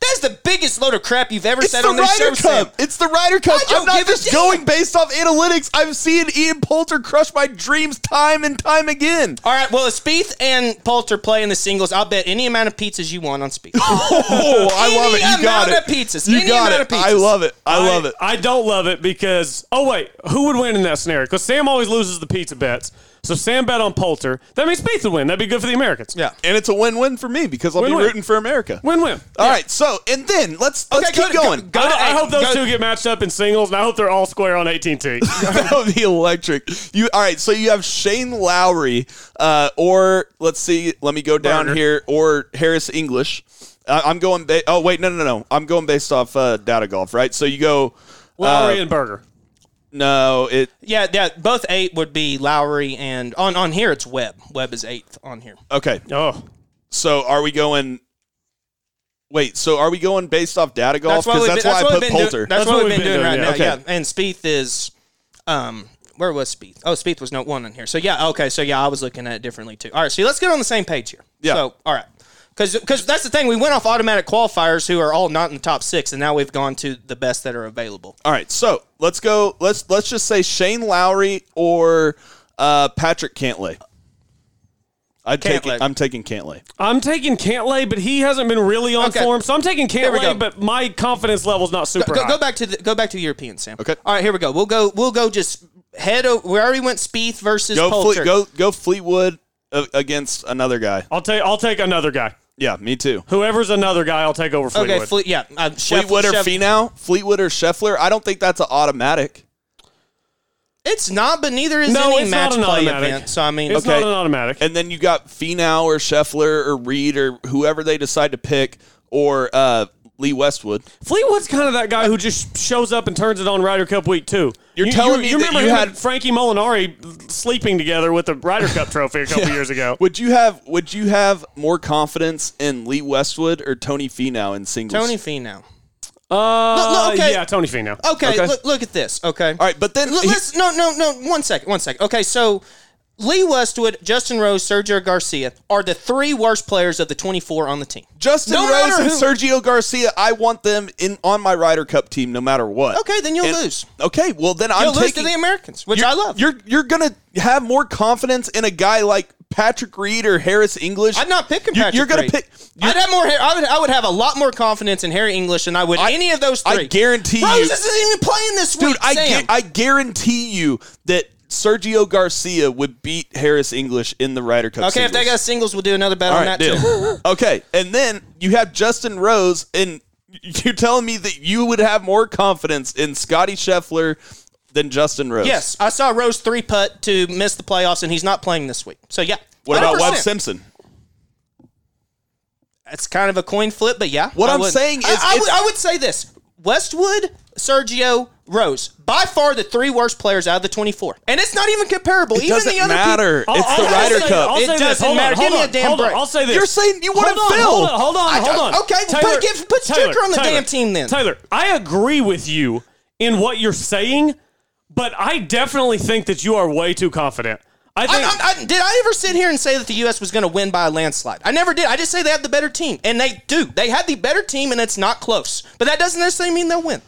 Speaker 3: That's the biggest load of crap you've ever
Speaker 2: It's
Speaker 3: said
Speaker 2: the
Speaker 3: on this show.
Speaker 2: Ryder
Speaker 3: Sam.
Speaker 2: Cup. It's the Ryder Cup.
Speaker 3: I don't
Speaker 2: I'm not
Speaker 3: give a
Speaker 2: just
Speaker 3: damn.
Speaker 2: going based off analytics. I'm seeing Ian Poulter crush my dreams time and time again.
Speaker 3: All right, well, if Spieth and Poulter play in the singles, I'll bet any amount of pizzas you want on Spieth.
Speaker 2: Oh, I
Speaker 3: Any
Speaker 2: love it. You got
Speaker 3: amount
Speaker 2: it.
Speaker 3: of pizzas.
Speaker 2: You
Speaker 3: Any
Speaker 2: got
Speaker 3: amount
Speaker 2: it.
Speaker 3: of pizzas.
Speaker 2: I love it. I, love it.
Speaker 1: I don't love it because oh wait, who would win in that scenario? Because Sam always loses the pizza bets. So Sam bet on Poulter. That means Spieth would win. That'd be good for the Americans.
Speaker 3: yeah.
Speaker 2: And it's a win-win for me because I'll be
Speaker 1: Win-win.
Speaker 2: rooting for America.
Speaker 1: Win-win.
Speaker 2: All right. So and then let's let's
Speaker 3: Okay, go
Speaker 2: keep
Speaker 3: to- go-
Speaker 2: going.
Speaker 3: go
Speaker 1: I,
Speaker 3: to
Speaker 1: I
Speaker 3: eight.
Speaker 1: hope those
Speaker 3: Go-
Speaker 1: two get matched up in singles, and I hope they're all square on 18T.
Speaker 2: that would be electric. You all right? So you have Shane Lowry, uh, or let's see. Let me go down
Speaker 1: Burner.
Speaker 2: here, or Harris English. Uh, I'm going. Ba- oh wait, no, no, no. I'm going based off uh, data golf, right? So you go.
Speaker 1: Lowry
Speaker 2: uh,
Speaker 1: and Berger.
Speaker 2: no, it.
Speaker 3: Yeah, yeah, both eight would be Lowry and on on here it's Webb. Webb is eighth on here.
Speaker 2: Okay,
Speaker 1: Oh,
Speaker 2: so are we going? Wait, so are we going based off data golf? Because Oh, that's, why I
Speaker 3: we've
Speaker 2: put
Speaker 3: been doing-
Speaker 2: Poulter.
Speaker 3: that's, what we've been, doing right now.
Speaker 2: yeah.
Speaker 3: Yeah,
Speaker 2: Okay.
Speaker 3: and Spieth is, um, where was Spieth? Oh, Spieth was note one on here. So yeah, okay. So yeah, I was looking at it differently too. All right, so let's get on the same page here.
Speaker 2: Yeah.
Speaker 3: So all right, because that's the thing. We went off automatic qualifiers who are all not in the top six, and now we've gone to the best that are available.
Speaker 2: all right, so let's go. Let's let's just say Shane Lowry or uh, Patrick Cantlay. I'd take
Speaker 3: Cantlay.
Speaker 2: it. I'm taking Cantlay.
Speaker 1: I'm taking Cantlay, but he hasn't been really on
Speaker 3: Okay.
Speaker 1: form, so I'm taking
Speaker 3: we go.
Speaker 1: Cantlay. But my confidence level's not super
Speaker 3: Go,
Speaker 1: high.
Speaker 3: go back to the, go back to European Sam.
Speaker 2: Okay.
Speaker 3: All right, here we go. We'll go. We'll go. Just head. Over, we already went Spieth versus
Speaker 2: go
Speaker 3: Poulter.
Speaker 2: Fle- go go Fleetwood uh, against another guy.
Speaker 1: I'll take I'll take another guy.
Speaker 2: Yeah, me too.
Speaker 1: Whoever's another guy, I'll take over Fleetwood.
Speaker 3: Okay. Fle- yeah. Um, Scheffler-
Speaker 2: Fleetwood or
Speaker 3: Scheffler-
Speaker 2: Finau? Fleetwood or Scheffler? I don't think that's an automatic.
Speaker 3: It's not, but neither is
Speaker 1: No,
Speaker 3: any
Speaker 1: it's
Speaker 3: match
Speaker 1: not an
Speaker 3: play
Speaker 1: automatic.
Speaker 3: event. So I mean,
Speaker 1: it's
Speaker 2: Okay.
Speaker 1: not an automatic.
Speaker 2: And then you got Finau or Scheffler or Reed or whoever they decide to pick or uh, Lee Westwood.
Speaker 1: Fleetwood's kind of that guy who just shows up and turns it on Ryder Cup week two.
Speaker 2: You're telling me
Speaker 1: you
Speaker 2: that
Speaker 1: remember
Speaker 2: you
Speaker 1: him
Speaker 2: had-
Speaker 1: and Frankie Molinari sleeping together with the Ryder Cup trophy a couple years ago.
Speaker 2: Would you have Would you have more confidence in Lee Westwood or Tony Finau in singles?
Speaker 3: Tony Finau.
Speaker 1: Uh,
Speaker 3: Look- look, okay.
Speaker 1: yeah, Tony Finau.
Speaker 3: Okay,
Speaker 2: Okay.
Speaker 3: Look, look at this. Okay.
Speaker 2: All right, but then
Speaker 3: L-
Speaker 2: he-
Speaker 3: let's no no no one second one second. Okay, so Lee Westwood, Justin Rose, Sergio Garcia are the three worst players of the 24 on the team.
Speaker 2: Justin
Speaker 3: No
Speaker 2: Rose
Speaker 3: matter
Speaker 2: and
Speaker 3: who-
Speaker 2: Sergio Garcia, I want them in on my Ryder Cup team no matter what.
Speaker 3: Okay, then you'll
Speaker 2: And-
Speaker 3: lose.
Speaker 2: Okay, well then
Speaker 3: You'll
Speaker 2: I'm
Speaker 3: lose
Speaker 2: taking
Speaker 3: to the Americans, which
Speaker 2: you're,
Speaker 3: I love.
Speaker 2: You're you're gonna have more confidence in a guy like Patrick Reed or Harris English.
Speaker 3: I'm not picking
Speaker 2: You-
Speaker 3: Patrick.
Speaker 2: You're gonna
Speaker 3: Reed.
Speaker 2: pick. you're-
Speaker 3: I'd have more. hair- I would. I would have a lot more confidence in Harry English than I would
Speaker 2: I-
Speaker 3: any of those
Speaker 2: I
Speaker 3: three.
Speaker 2: guarantee you-
Speaker 3: Rose isn't even playing this
Speaker 2: dude,
Speaker 3: week.
Speaker 2: I
Speaker 3: Sam.
Speaker 2: gu- I guarantee you that Sergio Garcia would beat Harris English in the Ryder Cup.
Speaker 3: okay, if they got
Speaker 2: singles.
Speaker 3: singles, we'll do another bet
Speaker 2: All
Speaker 3: on
Speaker 2: right,
Speaker 3: that too.
Speaker 2: deal. okay, and then you have Justin Rose, and you're telling me that you would have more confidence in Scotty Scheffler than Justin Rose.
Speaker 3: Yes, I saw Rose three putt to miss the playoffs, and he's not playing this week. So yeah.
Speaker 2: What about Webb
Speaker 3: 100%.
Speaker 2: Simpson?
Speaker 3: It's kind of a coin flip, but yeah.
Speaker 2: What
Speaker 3: I
Speaker 2: I'm
Speaker 3: would-
Speaker 2: saying is
Speaker 3: I, I would,
Speaker 2: it's-
Speaker 3: I would say this: Westwood, Sergio, Rose, by far the three worst players out of the 24, and it's not even comparable.
Speaker 2: It
Speaker 3: even
Speaker 2: doesn't
Speaker 3: the other
Speaker 2: matter.
Speaker 3: People,
Speaker 2: It's the
Speaker 1: I'll
Speaker 2: Ryder
Speaker 1: say-
Speaker 2: Cup.
Speaker 1: I'll say
Speaker 3: It
Speaker 1: this.
Speaker 3: doesn't
Speaker 1: Hold on,
Speaker 3: matter.
Speaker 1: hold
Speaker 3: Give me
Speaker 1: on,
Speaker 3: a damn
Speaker 1: hold on.
Speaker 3: break.
Speaker 1: I'll say this.
Speaker 2: You're saying you want
Speaker 1: Hold on,
Speaker 2: to fill.
Speaker 1: Hold on, hold on,
Speaker 3: I
Speaker 1: hold
Speaker 3: don't-
Speaker 1: on.
Speaker 3: okay, well, put- give- put Stricker on the damn team then.
Speaker 1: Taylor, I agree with you in what you're saying, but I definitely think that you are way too confident. I
Speaker 3: I,
Speaker 1: think
Speaker 3: I, I, did I ever sit here and say that the U.S. was going to win by a landslide? I never did. I just say they have the better team, and they do. They had the better team, and it's not close. But that doesn't necessarily mean they'll win.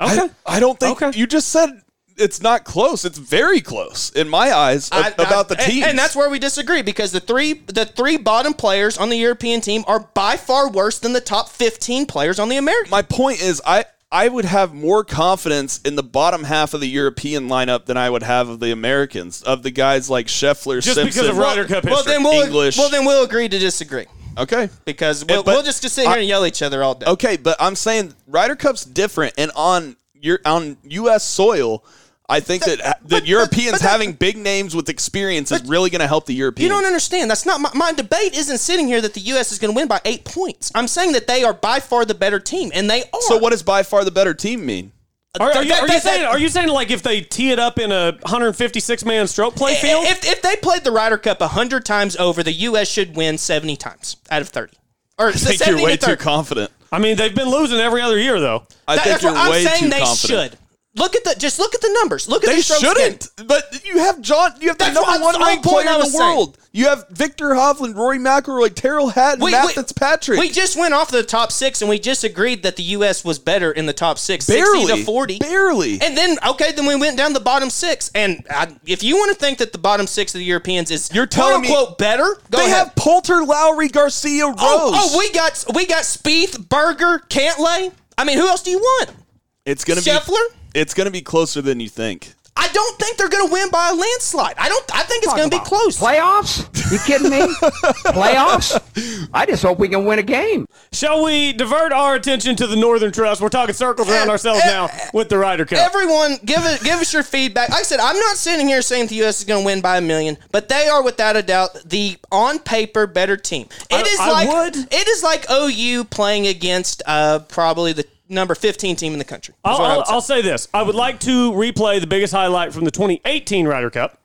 Speaker 2: I, I don't think
Speaker 1: Okay.
Speaker 2: you just said it's not close. It's very close in my eyes a-
Speaker 3: I- I-
Speaker 2: about the
Speaker 3: and-
Speaker 2: team.
Speaker 3: and, that's where we disagree because the three the three bottom players on the European team are by far worse than the top fifteen players on the American.
Speaker 2: my point is I I would have more confidence in the bottom half of the European lineup than I would have of the Americans of the guys like Scheffler,
Speaker 1: Just
Speaker 2: Simpson,
Speaker 1: because of Ryder Cup
Speaker 3: well,
Speaker 1: history.
Speaker 3: then we'll
Speaker 2: English.
Speaker 3: well then we'll agree to disagree
Speaker 2: Okay,
Speaker 3: because we'll,
Speaker 2: but-
Speaker 3: we'll just sit here and yell at each other all day.
Speaker 2: okay, but I'm saying Ryder Cup's different, and on your on U.S. soil. I think that that
Speaker 3: but-
Speaker 2: Europeans
Speaker 3: but that-
Speaker 2: having big names with experience is really going to help the Europeans.
Speaker 3: You don't understand. That's not my, my debate. Isn't sitting here that the U.S. is going to win by eight points. I'm saying that they are by far the better team, and they are.
Speaker 2: so what does by far the better team mean?
Speaker 1: Are, are you,
Speaker 3: that-
Speaker 1: are you
Speaker 3: that-
Speaker 1: saying?
Speaker 3: that-
Speaker 1: Are you saying like if they tee it up in a 156 man stroke play field?
Speaker 3: If, if they played the Ryder Cup 100 times over, the U.S. should win 70 times out of 30. Or
Speaker 2: I think
Speaker 3: 70
Speaker 2: you're way
Speaker 3: to 30.
Speaker 2: too confident.
Speaker 1: I mean, they've been losing every other year though.
Speaker 2: I
Speaker 3: That-
Speaker 2: think
Speaker 3: that's
Speaker 2: you're
Speaker 3: what I'm
Speaker 2: way
Speaker 3: saying
Speaker 2: too
Speaker 3: they
Speaker 2: confident.
Speaker 3: should. Look at the just look at the numbers. Look at
Speaker 2: They
Speaker 3: the strokes gained.
Speaker 2: shouldn't. But you have John. You have the
Speaker 3: That's what
Speaker 2: number
Speaker 3: I'm-
Speaker 2: one
Speaker 3: my
Speaker 2: ranked
Speaker 3: point
Speaker 2: player
Speaker 3: I
Speaker 2: in the
Speaker 3: was saying.
Speaker 2: world. You have Victor Hovland, Rory McIlroy, Terrell Hatton, Matt Fitzpatrick.
Speaker 3: We just went off the top six, and we just agreed that the U.S. was better in the top six,
Speaker 2: barely
Speaker 3: sixty to forty,
Speaker 2: Barely.
Speaker 3: And then okay, then we went down the bottom six, and I, if you want to think that the bottom six of the Europeans is
Speaker 2: You're telling me-
Speaker 3: quote better, go
Speaker 2: they
Speaker 3: ahead.
Speaker 2: have Poulter, Lowry, Garcia, Rose.
Speaker 3: oh, oh, we got we got Spieth, Berger, Cantlay. I mean, who else do you want?
Speaker 2: it's gonna
Speaker 3: Scheffler?
Speaker 2: be. It's gonna be closer than you think.
Speaker 3: I don't think they're going to win by a landslide. I don't. I think it's
Speaker 5: Talk
Speaker 3: going to be
Speaker 5: about
Speaker 3: close.
Speaker 5: Playoffs? You kidding me? Playoffs? I just hope we can win a game.
Speaker 1: Shall we divert our attention to the Northern Trust? We're talking circles around
Speaker 3: Eh,
Speaker 1: ourselves now with the Ryder Cup.
Speaker 3: Everyone, give it, give us your feedback. Like I said I'm not sitting here saying the U.S. is going to win by a million, but they are without a doubt the on paper better team. It is
Speaker 1: I
Speaker 3: like
Speaker 1: would-
Speaker 3: it is like OU playing against uh, probably the number 15 team in the country. That's
Speaker 1: I'll,
Speaker 3: what I
Speaker 1: I'll,
Speaker 3: would say.
Speaker 1: I'll say this. I would like to replay the biggest highlight from the 2018 Ryder Cup.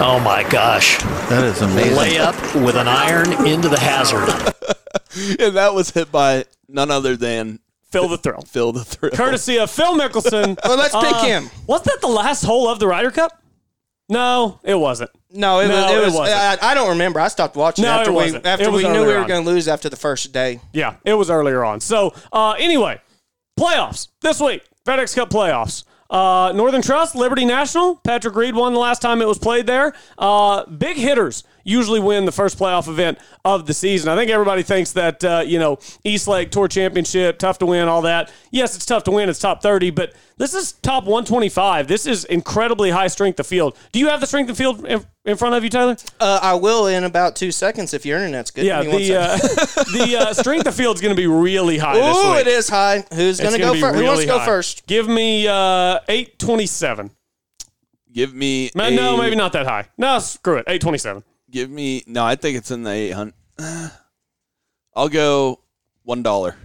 Speaker 6: Oh my gosh.
Speaker 7: That is amazing.
Speaker 6: Layup with an iron into the hazard.
Speaker 2: And that was hit by none other than
Speaker 1: Fill the thrill.
Speaker 2: Phil the Thrill.
Speaker 1: Courtesy of Phil Mickelson. Uh,
Speaker 3: Well, let's pick him.
Speaker 1: Was that the last hole of the Ryder Cup? No, it wasn't.
Speaker 3: no, it
Speaker 1: No,
Speaker 3: was. It
Speaker 1: it
Speaker 3: was
Speaker 1: wasn't.
Speaker 3: I, I don't remember. I stopped watching
Speaker 1: No,
Speaker 3: after
Speaker 1: it
Speaker 3: we
Speaker 1: wasn't.
Speaker 3: after
Speaker 1: It was
Speaker 3: we knew we
Speaker 1: earlier
Speaker 3: were
Speaker 1: on.
Speaker 3: going to lose after the first day.
Speaker 1: Yeah, it was earlier on. So uh, anyway, playoffs this week, FedEx Cup playoffs. Uh, Northern Trust, Liberty National. Patrick Reed won the last time it was played there. Uh, big hitters usually win the first playoff event of the season. I think everybody thinks that uh, you know East Lake Tour Championship tough to win, all that. Yes, it's tough to win. It's top thirty, but this is top one twenty five. This is incredibly high strength of field. Do you have the strength of field in, in front of you, Taylor?
Speaker 3: Uh, I will in about two seconds if your internet's good.
Speaker 1: Yeah,
Speaker 3: Give me one
Speaker 1: the uh, the uh, strength of field's going to be really high.
Speaker 3: second.
Speaker 1: this
Speaker 3: Ooh,
Speaker 1: week.
Speaker 3: it is high. Who's going to
Speaker 1: It's
Speaker 3: go
Speaker 1: gonna be
Speaker 3: first? Who wants
Speaker 1: really
Speaker 3: to go
Speaker 1: high.
Speaker 3: first?
Speaker 1: Give me uh, 827.
Speaker 2: Give me.
Speaker 1: Man, no,
Speaker 2: a-
Speaker 1: maybe not that high. No, screw it. 827.
Speaker 2: Give me. No, I think it's in the eight hundred. I'll go one dollar.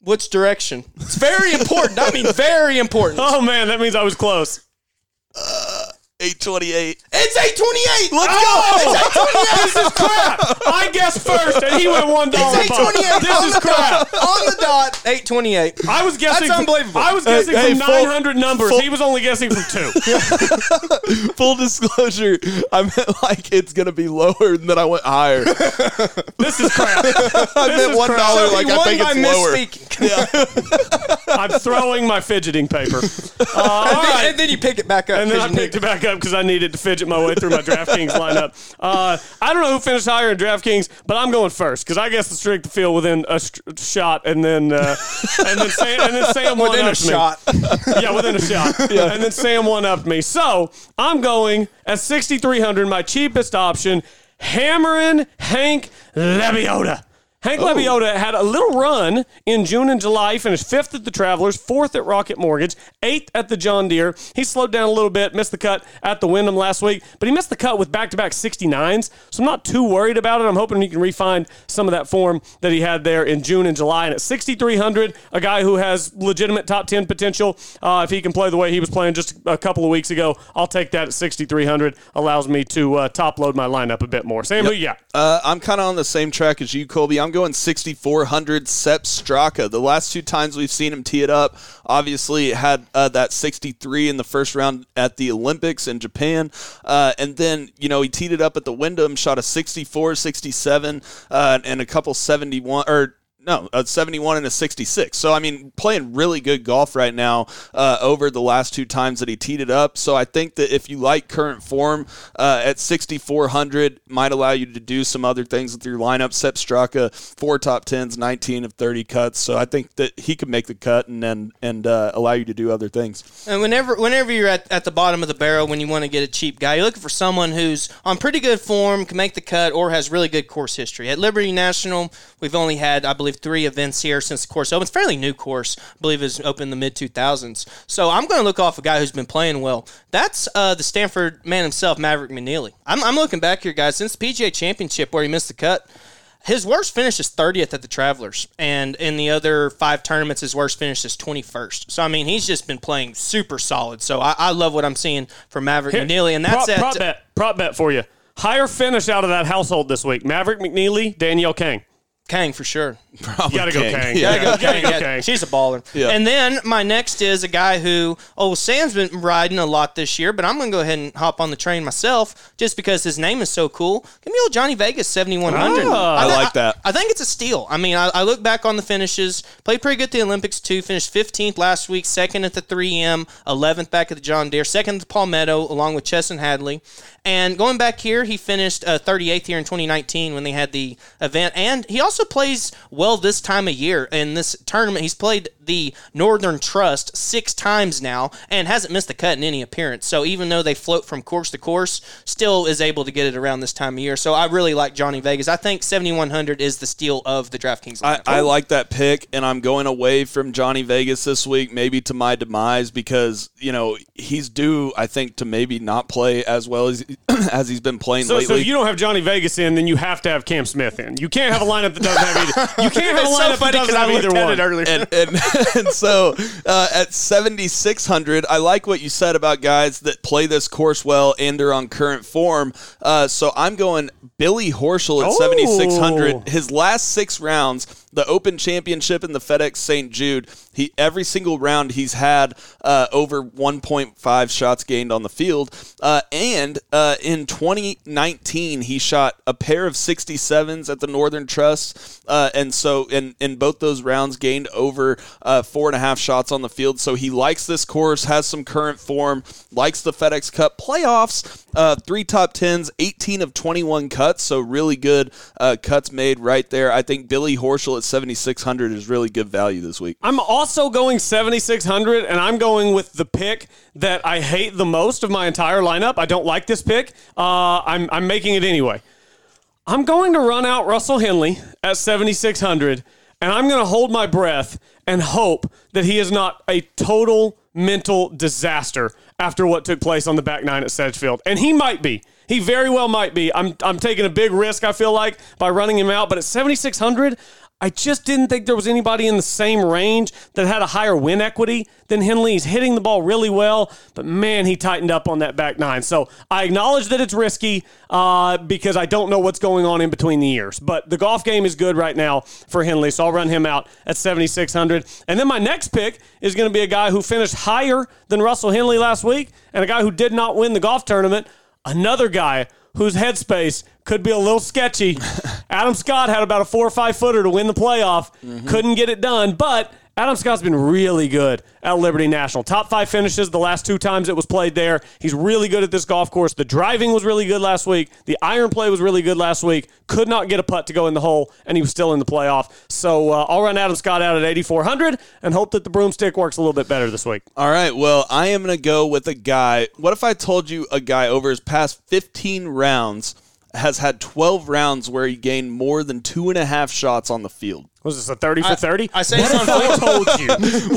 Speaker 3: Which direction? It's very important. I mean, very important.
Speaker 1: Oh, man, that means I was close.
Speaker 2: Eight twenty-eight.
Speaker 3: It's 828. Let's
Speaker 1: Oh!
Speaker 3: go. It's 828. This is
Speaker 1: Crap! I guessed first, and he went one dollar.
Speaker 3: It's 828.
Speaker 1: Oh, This is
Speaker 3: on the
Speaker 1: crap.
Speaker 3: Dot, on the dot, 828.
Speaker 1: I was guessing.
Speaker 3: That's unbelievable.
Speaker 1: I was
Speaker 2: Hey,
Speaker 1: guessing
Speaker 2: hey,
Speaker 1: from
Speaker 2: full-
Speaker 1: 900 numbers.
Speaker 2: full-
Speaker 1: he was only guessing from two.
Speaker 2: Full disclosure, I meant like it's gonna be lower, and then I went higher.
Speaker 1: this is crap.
Speaker 2: I
Speaker 1: This
Speaker 2: meant
Speaker 1: is
Speaker 2: one
Speaker 1: crap.
Speaker 2: dollar,
Speaker 1: So
Speaker 2: like
Speaker 3: he
Speaker 2: I
Speaker 3: won
Speaker 2: think
Speaker 3: by
Speaker 2: it's lower.
Speaker 3: misspeaking.
Speaker 1: I'm throwing my fidgeting paper. Uh, all right.
Speaker 3: And then you pick it back up.
Speaker 1: And then
Speaker 3: 'cause
Speaker 1: I
Speaker 3: you
Speaker 1: picked
Speaker 3: need-
Speaker 1: it back up because I needed to fidget my way through my DraftKings lineup. Uh, I don't know who finished higher in DraftKings, but I'm going first because I guess the strength of field within a st- shot, and then uh, and then Sam, and then Sam one
Speaker 3: within a
Speaker 1: upped me.
Speaker 3: shot.
Speaker 1: Yeah, within a shot. And then Sam one upped me. So I'm going at 6,300, my cheapest option, hammering Hank Lebiota. Hank Lebiota had a little run in June and July. He finished fifth at the Travelers, fourth at Rocket Mortgage, eighth at the John Deere. He slowed down a little bit, missed the cut at the Wyndham last week, but he missed the cut with back to back 69s. So I'm not too worried about it. I'm hoping he can refine some of that form that he had there in June and July. And at 6,300, a guy who has legitimate top 10 potential, uh, if he can play the way he was playing just a couple of weeks ago, I'll take that at 6,300. Allows me to uh, top load my lineup a bit more. Sam, who you got?
Speaker 2: Uh, I'm kind of on the same track as you, Colby. I'm going 6,400 Sep Straka. The last two times we've seen him tee it up, obviously it had uh, that 63 in the first round at the Olympics in Japan. Uh, and then, you know, he teed it up at the Wyndham, shot a 64, 67, uh, and a couple 71, or no, a 71 and a 66. So, I mean, playing really good golf right now uh, over the last two times that he teed it up. So, I think that if you like current form uh, at 6,400, might allow you to do some other things with your lineup. Sep Straka, four top 10s, 19 of 30 cuts. So, I think that he could make the cut and and, and uh, allow you to do other things.
Speaker 3: And whenever whenever you're at, at the bottom of the barrel when you want to get a cheap guy, you're looking for someone who's on pretty good form, can make the cut, or has really good course history. At Liberty National, we've only had, I believe, three events here since the course opened. It's a fairly new course. I believe it was open in the mid 2000s. So I'm going to look off a guy who's been playing well. That's uh, the Stanford man himself, Maverick McNeely. I'm, I'm looking back here, guys. Since the PGA Championship, where he missed the cut, his worst finish is 30th at the Travelers, and in the other five tournaments, his worst finish is 21st. So I mean, he's just been playing super solid. So I, I love what I'm seeing from Maverick McNeely, and that's
Speaker 1: prop, prop
Speaker 3: at,
Speaker 1: bet. Prop bet for you. Higher finish out of that household this week. Maverick McNeely, Danielle Kang.
Speaker 3: Kang for sure.
Speaker 2: Probably
Speaker 1: gotta go Kang.
Speaker 2: Yeah.
Speaker 1: Gotta go Kang.
Speaker 3: Yeah,
Speaker 1: Kang.
Speaker 3: She's a baller.
Speaker 2: Yeah.
Speaker 3: And then my next is a guy who, oh, Sam's been riding a lot this year, but I'm going to go ahead and hop on the train myself just because his name is so cool. Give me old Johnny Vegas 7100.
Speaker 2: Ah. I
Speaker 3: thi-
Speaker 2: like that.
Speaker 3: I, think it's a steal. I mean, I, I look back on the finishes, played pretty good at the Olympics too, finished 15th last week, second at the 3M, 11th back at the John Deere, second at the Palmetto, along with Chesson Hadley. And going back here, he finished uh, 38th here in 2019 when they had the event. And he also plays well this time of year in this tournament. He's played the Northern Trust six times now and hasn't missed the cut in any appearance. So even though they float from course to course, still is able to get it around this time of year. So I really like Johnny Vegas. I think 7100 is the steal of the DraftKings.
Speaker 2: I,
Speaker 3: lineup.
Speaker 2: I like that pick, and I'm going away from Johnny Vegas this week, maybe to my demise because you know he's due, I think, to maybe not play as well as as he's been playing
Speaker 1: So,
Speaker 2: lately.
Speaker 1: so you don't have Johnny Vegas in, then you have to have Cam Smith in. You can't have a lineup that doesn't have either. You can't have a
Speaker 3: It's so
Speaker 1: lineup that
Speaker 3: funny 'cause
Speaker 1: doesn't
Speaker 3: I
Speaker 1: have
Speaker 3: looked
Speaker 1: either
Speaker 3: at
Speaker 1: one.
Speaker 3: it earlier.
Speaker 2: and, and, and so uh, at 7600 i like what you said about guys that play this course well and are on current form uh, so i'm going billy horschel at
Speaker 1: Oh.
Speaker 2: 7600 his last six rounds the open championship and the fedex st jude he every single round he's had uh, over 1.5 shots gained on the field uh, and uh, in 2019 he shot a pair of 67s at the northern trust uh, and so in, in both those rounds gained over uh, four and a half shots on the field so he likes this course has some current form likes the fedex cup playoffs uh, three top 10s 18 of 21 cuts so really good uh, cuts made right there i think billy horschel at 7600 is really good value this week
Speaker 1: I'm also going 7,600, and I'm going with the pick that I hate the most of my entire lineup. I don't like this pick. Uh, I'm, I'm making it anyway. I'm going to run out Russell Henley at 7,600, and I'm going to hold my breath and hope that he is not a total mental disaster after what took place on the back nine at Sedgefield. And he might be. He very well might be. I'm, I'm taking a big risk, I feel like, by running him out. But at 7,600, I just didn't think there was anybody in the same range that had a higher win equity than Henley. He's hitting the ball really well, but man, he tightened up on that back nine. So I acknowledge that it's risky uh, because I don't know what's going on in between the years. But the golf game is good right now for Henley, so I'll run him out at 7,600. And then my next pick is going to be a guy who finished higher than Russell Henley last week and a guy who did not win the golf tournament. Another guy whose headspace could be a little sketchy. Adam Scott had about a four or five footer to win the playoff, couldn't get it done, but Adam Scott's been really good at Liberty National. Top five finishes the last two times it was played there. He's really good at this golf course. The driving was really good last week. The iron play was really good last week. Could not get a putt to go in the hole, and he was still in the playoff. So uh, I'll run Adam Scott out at 8,400 and hope that the broomstick works a little bit better this week.
Speaker 2: All right. Well, I am going to go with a guy. What if I told you a guy over his past 15 rounds has had 12 rounds where he gained more than two and a half shots on the field?
Speaker 1: Was this a 30 for 30?
Speaker 3: I say it's on
Speaker 1: I told you.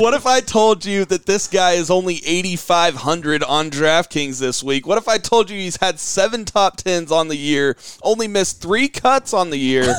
Speaker 2: what if I told you that this guy is only 8,500 on DraftKings this week? What if I told you he's had seven top tens on the year, only missed three cuts on the year?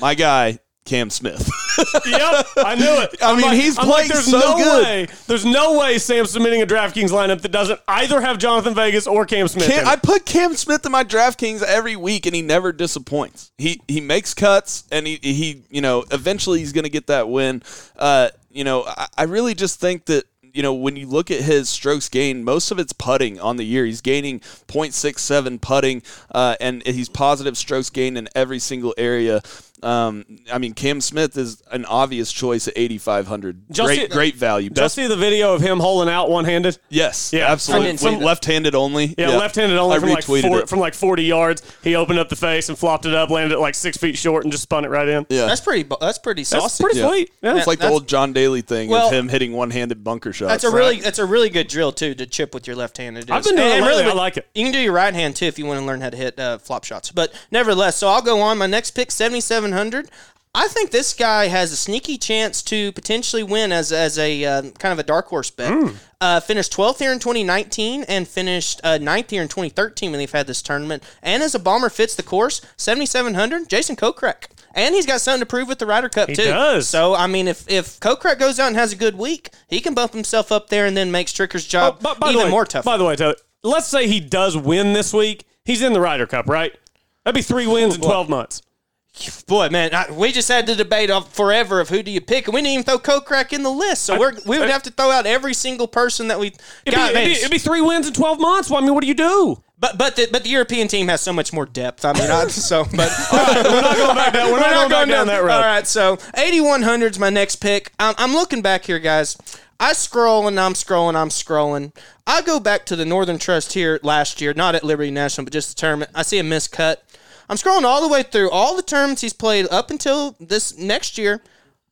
Speaker 2: My guy, Cam Smith.
Speaker 1: yep, I knew it.
Speaker 2: I
Speaker 1: I'm
Speaker 2: mean,
Speaker 1: like-
Speaker 2: he's
Speaker 1: I'm
Speaker 2: playing
Speaker 1: like, there's
Speaker 2: so
Speaker 1: no
Speaker 2: good.
Speaker 1: Way, there's no way Sam's submitting a DraftKings lineup that doesn't either have Jonathan Vegas or Cam Smith.
Speaker 2: Cam,
Speaker 1: in it.
Speaker 2: I put Cam Smith in my DraftKings every week, and he never disappoints. He he makes cuts, and he he you know eventually he's going to get that win. Uh, you know, I, I really just think that. You know, when you look at his strokes gained, most of it's putting on the year. He's gaining 0.67 putting, uh, and he's positive strokes gained in every single area. Um, I mean, Cam Smith is an obvious choice at 8,500.
Speaker 1: Just
Speaker 2: Great,
Speaker 1: it-
Speaker 2: great value.
Speaker 1: Did y'all see the video of him holding out one handed?
Speaker 2: yes,
Speaker 1: Yeah.
Speaker 2: absolutely.
Speaker 3: I didn't see that.
Speaker 2: left-handed only.
Speaker 1: Yeah, left-handed only
Speaker 2: I
Speaker 1: from like,
Speaker 2: retweeted
Speaker 1: four,
Speaker 2: it.
Speaker 1: from like 40 yards. He opened up the face and flopped it up, landed it like six feet short, and just spun it right in.
Speaker 2: Yeah.
Speaker 3: That's pretty. bu- That's pretty saucy.
Speaker 1: That's pretty
Speaker 2: Yeah.
Speaker 1: sweet. Yeah.
Speaker 2: It's like the
Speaker 3: That's-
Speaker 2: old John Daly thing
Speaker 3: Well,
Speaker 2: of him hitting one-handed bunker shots.
Speaker 3: That's a really that's a really good drill too to chip with your left hand. It is.
Speaker 1: I've been doing it lately. I
Speaker 3: with-
Speaker 1: like it.
Speaker 3: You can do your right hand too if you want to learn how to hit uh, flop shots. But nevertheless, so I'll go on my next pick, seventy seven hundred. I think this guy has a sneaky chance to potentially win as as a uh, kind of a dark horse bet.
Speaker 1: Hmm.
Speaker 3: Uh, finished 12th here in 2019 and finished uh, 9th here in 2013 when they've had this tournament. And as a bomber fits the course, 7,700, Jason Kokrak. And he's got something to prove with the Ryder Cup,
Speaker 1: He
Speaker 3: too.
Speaker 1: does.
Speaker 3: So so I mean, if if Kokrak goes out and has a good week, he can bump himself up there and then makes Tricker's
Speaker 2: uh,
Speaker 3: job
Speaker 1: But by
Speaker 3: even
Speaker 1: the way,
Speaker 3: more tough.
Speaker 1: By the way, Taylor, let's say he does win this week. He's in the Ryder Cup, right? That'd be three wins in 12 months.
Speaker 3: Boy, man, I, we just had the debate of forever of who do you pick, and we didn't even throw Kokrak in the list. So we're, we would have to throw out every single person that we
Speaker 1: It'd
Speaker 3: got.
Speaker 1: be,
Speaker 3: man,
Speaker 1: it'd, be, it'd be three wins in 12 months. Well, I mean, what do you do?
Speaker 3: but but the, but the European team has so much more depth. I mean, I, so but
Speaker 1: We're, not, going, back down, that road.
Speaker 3: All right, so 8100 is my next pick. I'm, I'm looking back here, guys. I scroll and I'm scrolling, I'm scrolling. I go back to the Northern Trust here last year, not at Liberty National, but just the tournament. I see a miscut. I'm scrolling all the way through all the terms he's played up until this next year.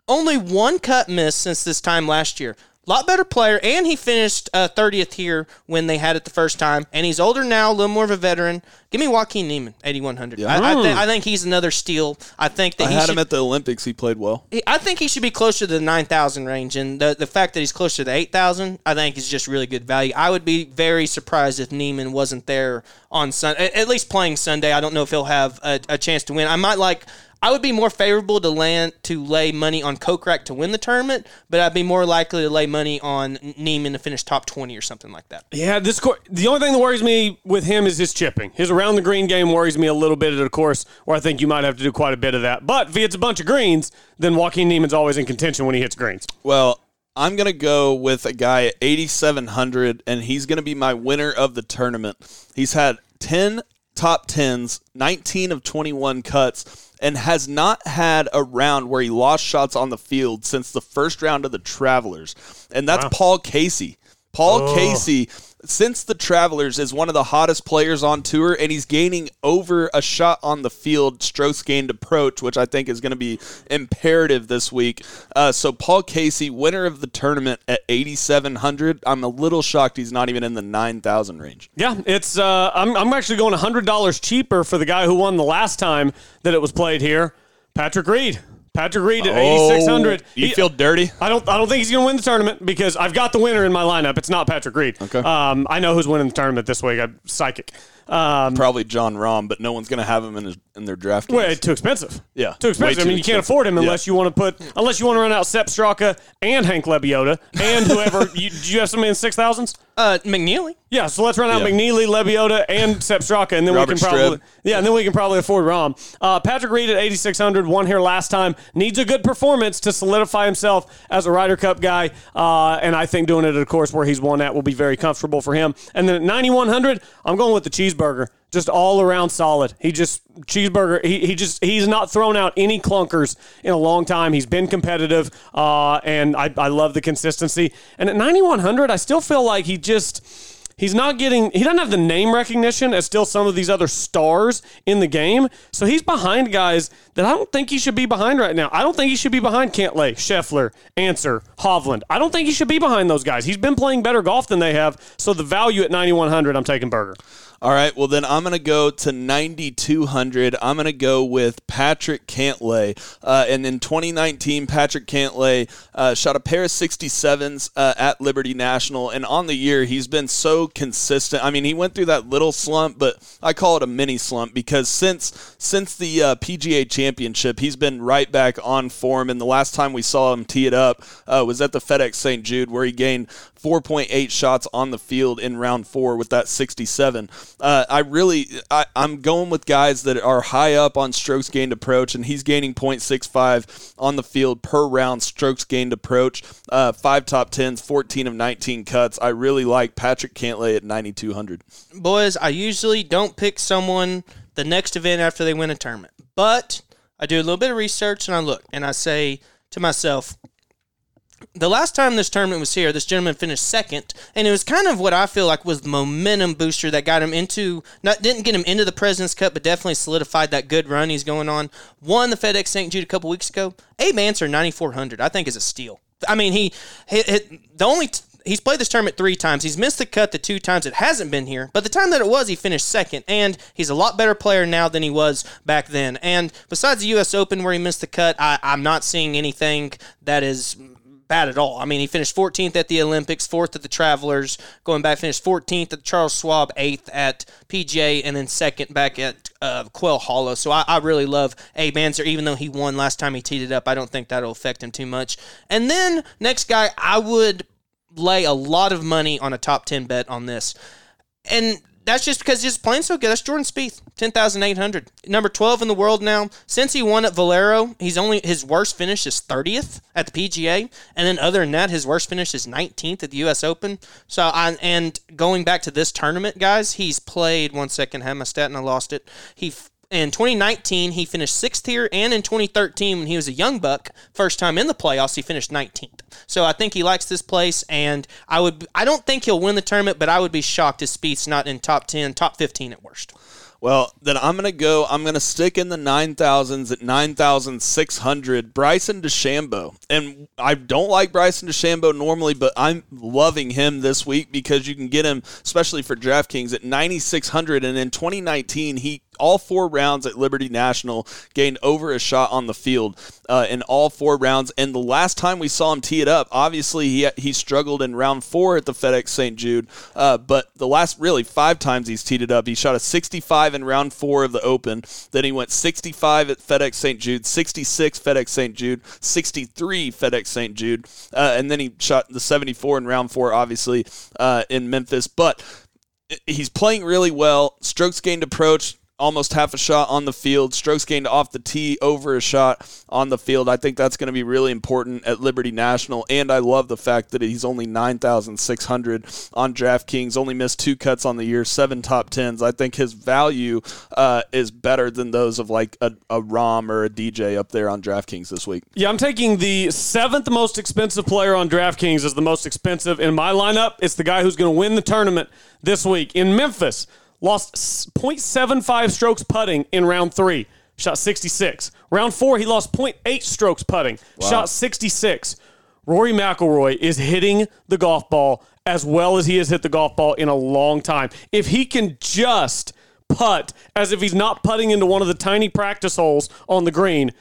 Speaker 3: Only one cut miss since this time last year. Lot better player, and he finished uh, 30th here when they had it the first time. And he's older now, a little more of a veteran. Give me Joaquin Neiman, 8100. I, I, thi- I think he's another steal. I think that
Speaker 2: Hmm. I
Speaker 3: he
Speaker 2: had
Speaker 3: should,
Speaker 2: him at the Olympics. He played well.
Speaker 3: he- I think he should be closer to the 9,000 range. And the, the fact that he's closer to the 8,000, I think is just really good value. I would be very surprised if Neiman wasn't there on Sunday, at, at least playing Sunday. I don't know if he'll have a, a chance to win. I might like. I would be more favorable to land to lay money on Kokrak to win the tournament, but I'd be more likely to lay money on Neiman to finish top twenty or something like that.
Speaker 1: Yeah, this course. The only thing that worries me with him is his chipping. His around the green game worries me a little bit at a course where I think you might have to do quite a bit of that. But if he hits a bunch of greens, then Joaquin Neiman's always in contention when he hits greens.
Speaker 2: Well, I'm going to go with a guy at 8,700, and he's going to be my winner of the tournament. He's had 10 top 10s, 19 of 21 cuts, and has not had a round where he lost shots on the field since the first round of the Travelers. And that's Paul Casey. Paul Casey, since the Travelers, is one of the hottest players on tour, and he's gaining over a shot on the field Strokes gained approach, which I think is going to be imperative this week. Uh, so, Paul Casey, winner of the tournament at 8,700. I'm a little shocked he's not even in the 9,000 range.
Speaker 1: Yeah, it's. Uh, I'm, I'm actually going hundred dollars cheaper for the guy who won the last time that it was played here, Patrick Reed. Patrick Reed at 8,600.
Speaker 2: Oh, you
Speaker 1: He-
Speaker 2: feel dirty?
Speaker 1: I don't. I don't think he's going to win the tournament because I've got the winner in my lineup. It's not Patrick Reed.
Speaker 2: Okay.
Speaker 1: Um, I know who's winning the tournament this week. I'm psychic. Um,
Speaker 2: Probably John Rahm, but no one's going to have him in, his, in their draft.
Speaker 1: Well,
Speaker 2: list.
Speaker 1: too expensive.
Speaker 2: Yeah,
Speaker 1: too expensive.
Speaker 2: way
Speaker 1: I
Speaker 2: too
Speaker 1: mean, you can't
Speaker 2: expensive.
Speaker 1: afford him
Speaker 2: Yeah.
Speaker 1: unless you want to put unless you want to run out Sepp Straka and Hank Lebiota and whoever. you, do you have somebody in six thousands?
Speaker 3: Uh, McNeely,
Speaker 1: Yeah, so let's run out
Speaker 2: Yeah.
Speaker 1: McNeely, Lebiota, and Sepp Straka, and then we
Speaker 2: Robert
Speaker 1: can probably
Speaker 2: Streb.
Speaker 1: yeah, and then we can probably afford Rom. Uh, Patrick Reed at eighty six hundred, won here last time. Needs a good performance to solidify himself as a Ryder Cup guy, uh, and I think doing it at a course where he's won at will be very comfortable for him. And then at ninety one hundred, I'm going with the cheeseburger. Just all around solid. He just cheeseburger. He, he just he's not thrown out any clunkers in a long time. He's been competitive, uh, and I, I love the consistency. And at ninety one hundred, I still feel like he just. He's not getting, he doesn't have the name recognition as still some of these other stars in the game. So he's behind guys that I don't think he should be behind right now. I don't think he should be behind Cantlay, Scheffler, Answer, Hovland. I don't think he should be behind those guys. He's been playing better golf than they have. So the value at 9,100, I'm taking Berger.
Speaker 2: All right, well then I'm going to go to 9200. I'm going to go with Patrick Cantlay. Uh, and in 2019, Patrick Cantlay uh, shot a pair of 67s uh, at Liberty National, and on the year he's been so consistent. I mean, he went through that little slump, but I call it a mini slump because since since the uh, PGA Championship, he's been right back on form. And the last time we saw him tee it up uh, was at the FedEx St. Jude, where he gained 4.8 shots on the field in round four with that 67. Uh, I really, I, I'm going with guys that are high up on strokes gained approach, and he's gaining 0.65 on the field per round strokes gained approach. Uh, five top tens, 14 of 19 cuts. I really like Patrick Cantlay at 9,200.
Speaker 3: boys, I usually don't pick someone the next event after they win a tournament, but I do a little bit of research and I look and I say to myself, the last time this tournament was here, this gentleman finished second, and it was kind of what I feel like was the momentum booster that got him into not didn't get him into the President's Cup, but definitely solidified that good run he's going on. Won the FedEx St. Jude a couple weeks ago. Abe Answer ninety four hundred, I think, is a steal. I mean, he, he, he- the only t- he's played this tournament three times. He's missed the cut the two times it hasn't been here, but the time that it was, he finished second, and he's a lot better player now than he was back then. And besides the U.S. Open where he missed the cut, I, I'm not seeing anything that is bad at all. I mean, he finished 14th at the Olympics, fourth at the Travelers, going back, finished 14th at the Charles Schwab, eighth at PGA, and then second back at uh, Quail Hollow. So I, I really love Abe Answer, even though he won last time he teed it up. I don't think that'll affect him too much. And then next guy, I would lay a lot of money on a top 10 bet on this. And that's just because he's playing so good. That's Jordan Spieth, ten thousand eight hundred, number twelve in the world now. Since he won at Valero, he's only his worst finish is thirtieth at the PGA, and then other than that, his worst finish is nineteenth at the U.S. Open. So, I, and going back to this tournament, guys, he's played one second. I had my stat and I lost it. He f- in 2019 he finished sixth here, and in 2013 when he was a young buck, first time in the playoffs, he finished 19th. So I think he likes this place, and I would I don't think he'll win the tournament, but I would be shocked if Speed's not in top 10, top 15 at worst.
Speaker 2: Well, then I'm going to go. I'm going to stick in the 9,000s at 9,600. Bryson DeChambeau. And I don't like Bryson DeChambeau normally, but I'm loving him this week because you can get him, especially for DraftKings, at 9,600. And in 2019, he all four rounds at Liberty National gained over a shot on the field uh, in all four rounds. And the last time we saw him tee it up, obviously he, he struggled in round four at the FedEx St. Jude. Uh, but the last really five times he's teed it up, he shot a 65 in round four of the Open. Then he went 65 at FedEx St. Jude, 66 FedEx St. Jude, 63 FedEx St. Jude, uh, and then he shot the 74 in round four, obviously uh, in Memphis. But he's playing really well. Strokes gained approach, almost half a shot on the field. Strokes gained off the tee, over a shot on the field. I think that's going to be really important at Liberty National. And I love the fact that he's only 9,600 on DraftKings, only missed two cuts on the year, seven top tens. I think his value uh, is better than those of like a, a Rom or a DJ up there on DraftKings this week.
Speaker 1: Yeah, I'm taking the seventh most expensive player on DraftKings as the most expensive in my lineup. It's the guy who's going to win the tournament this week in Memphis. Lost s- 0.75 strokes putting in round three, shot 66. Round four, he lost 0.8 strokes putting, shot 66. Rory McIlroy is hitting the golf ball as well as he has hit the golf ball in a long time. If he can just putt as if he's not putting into one of the tiny practice holes on the green,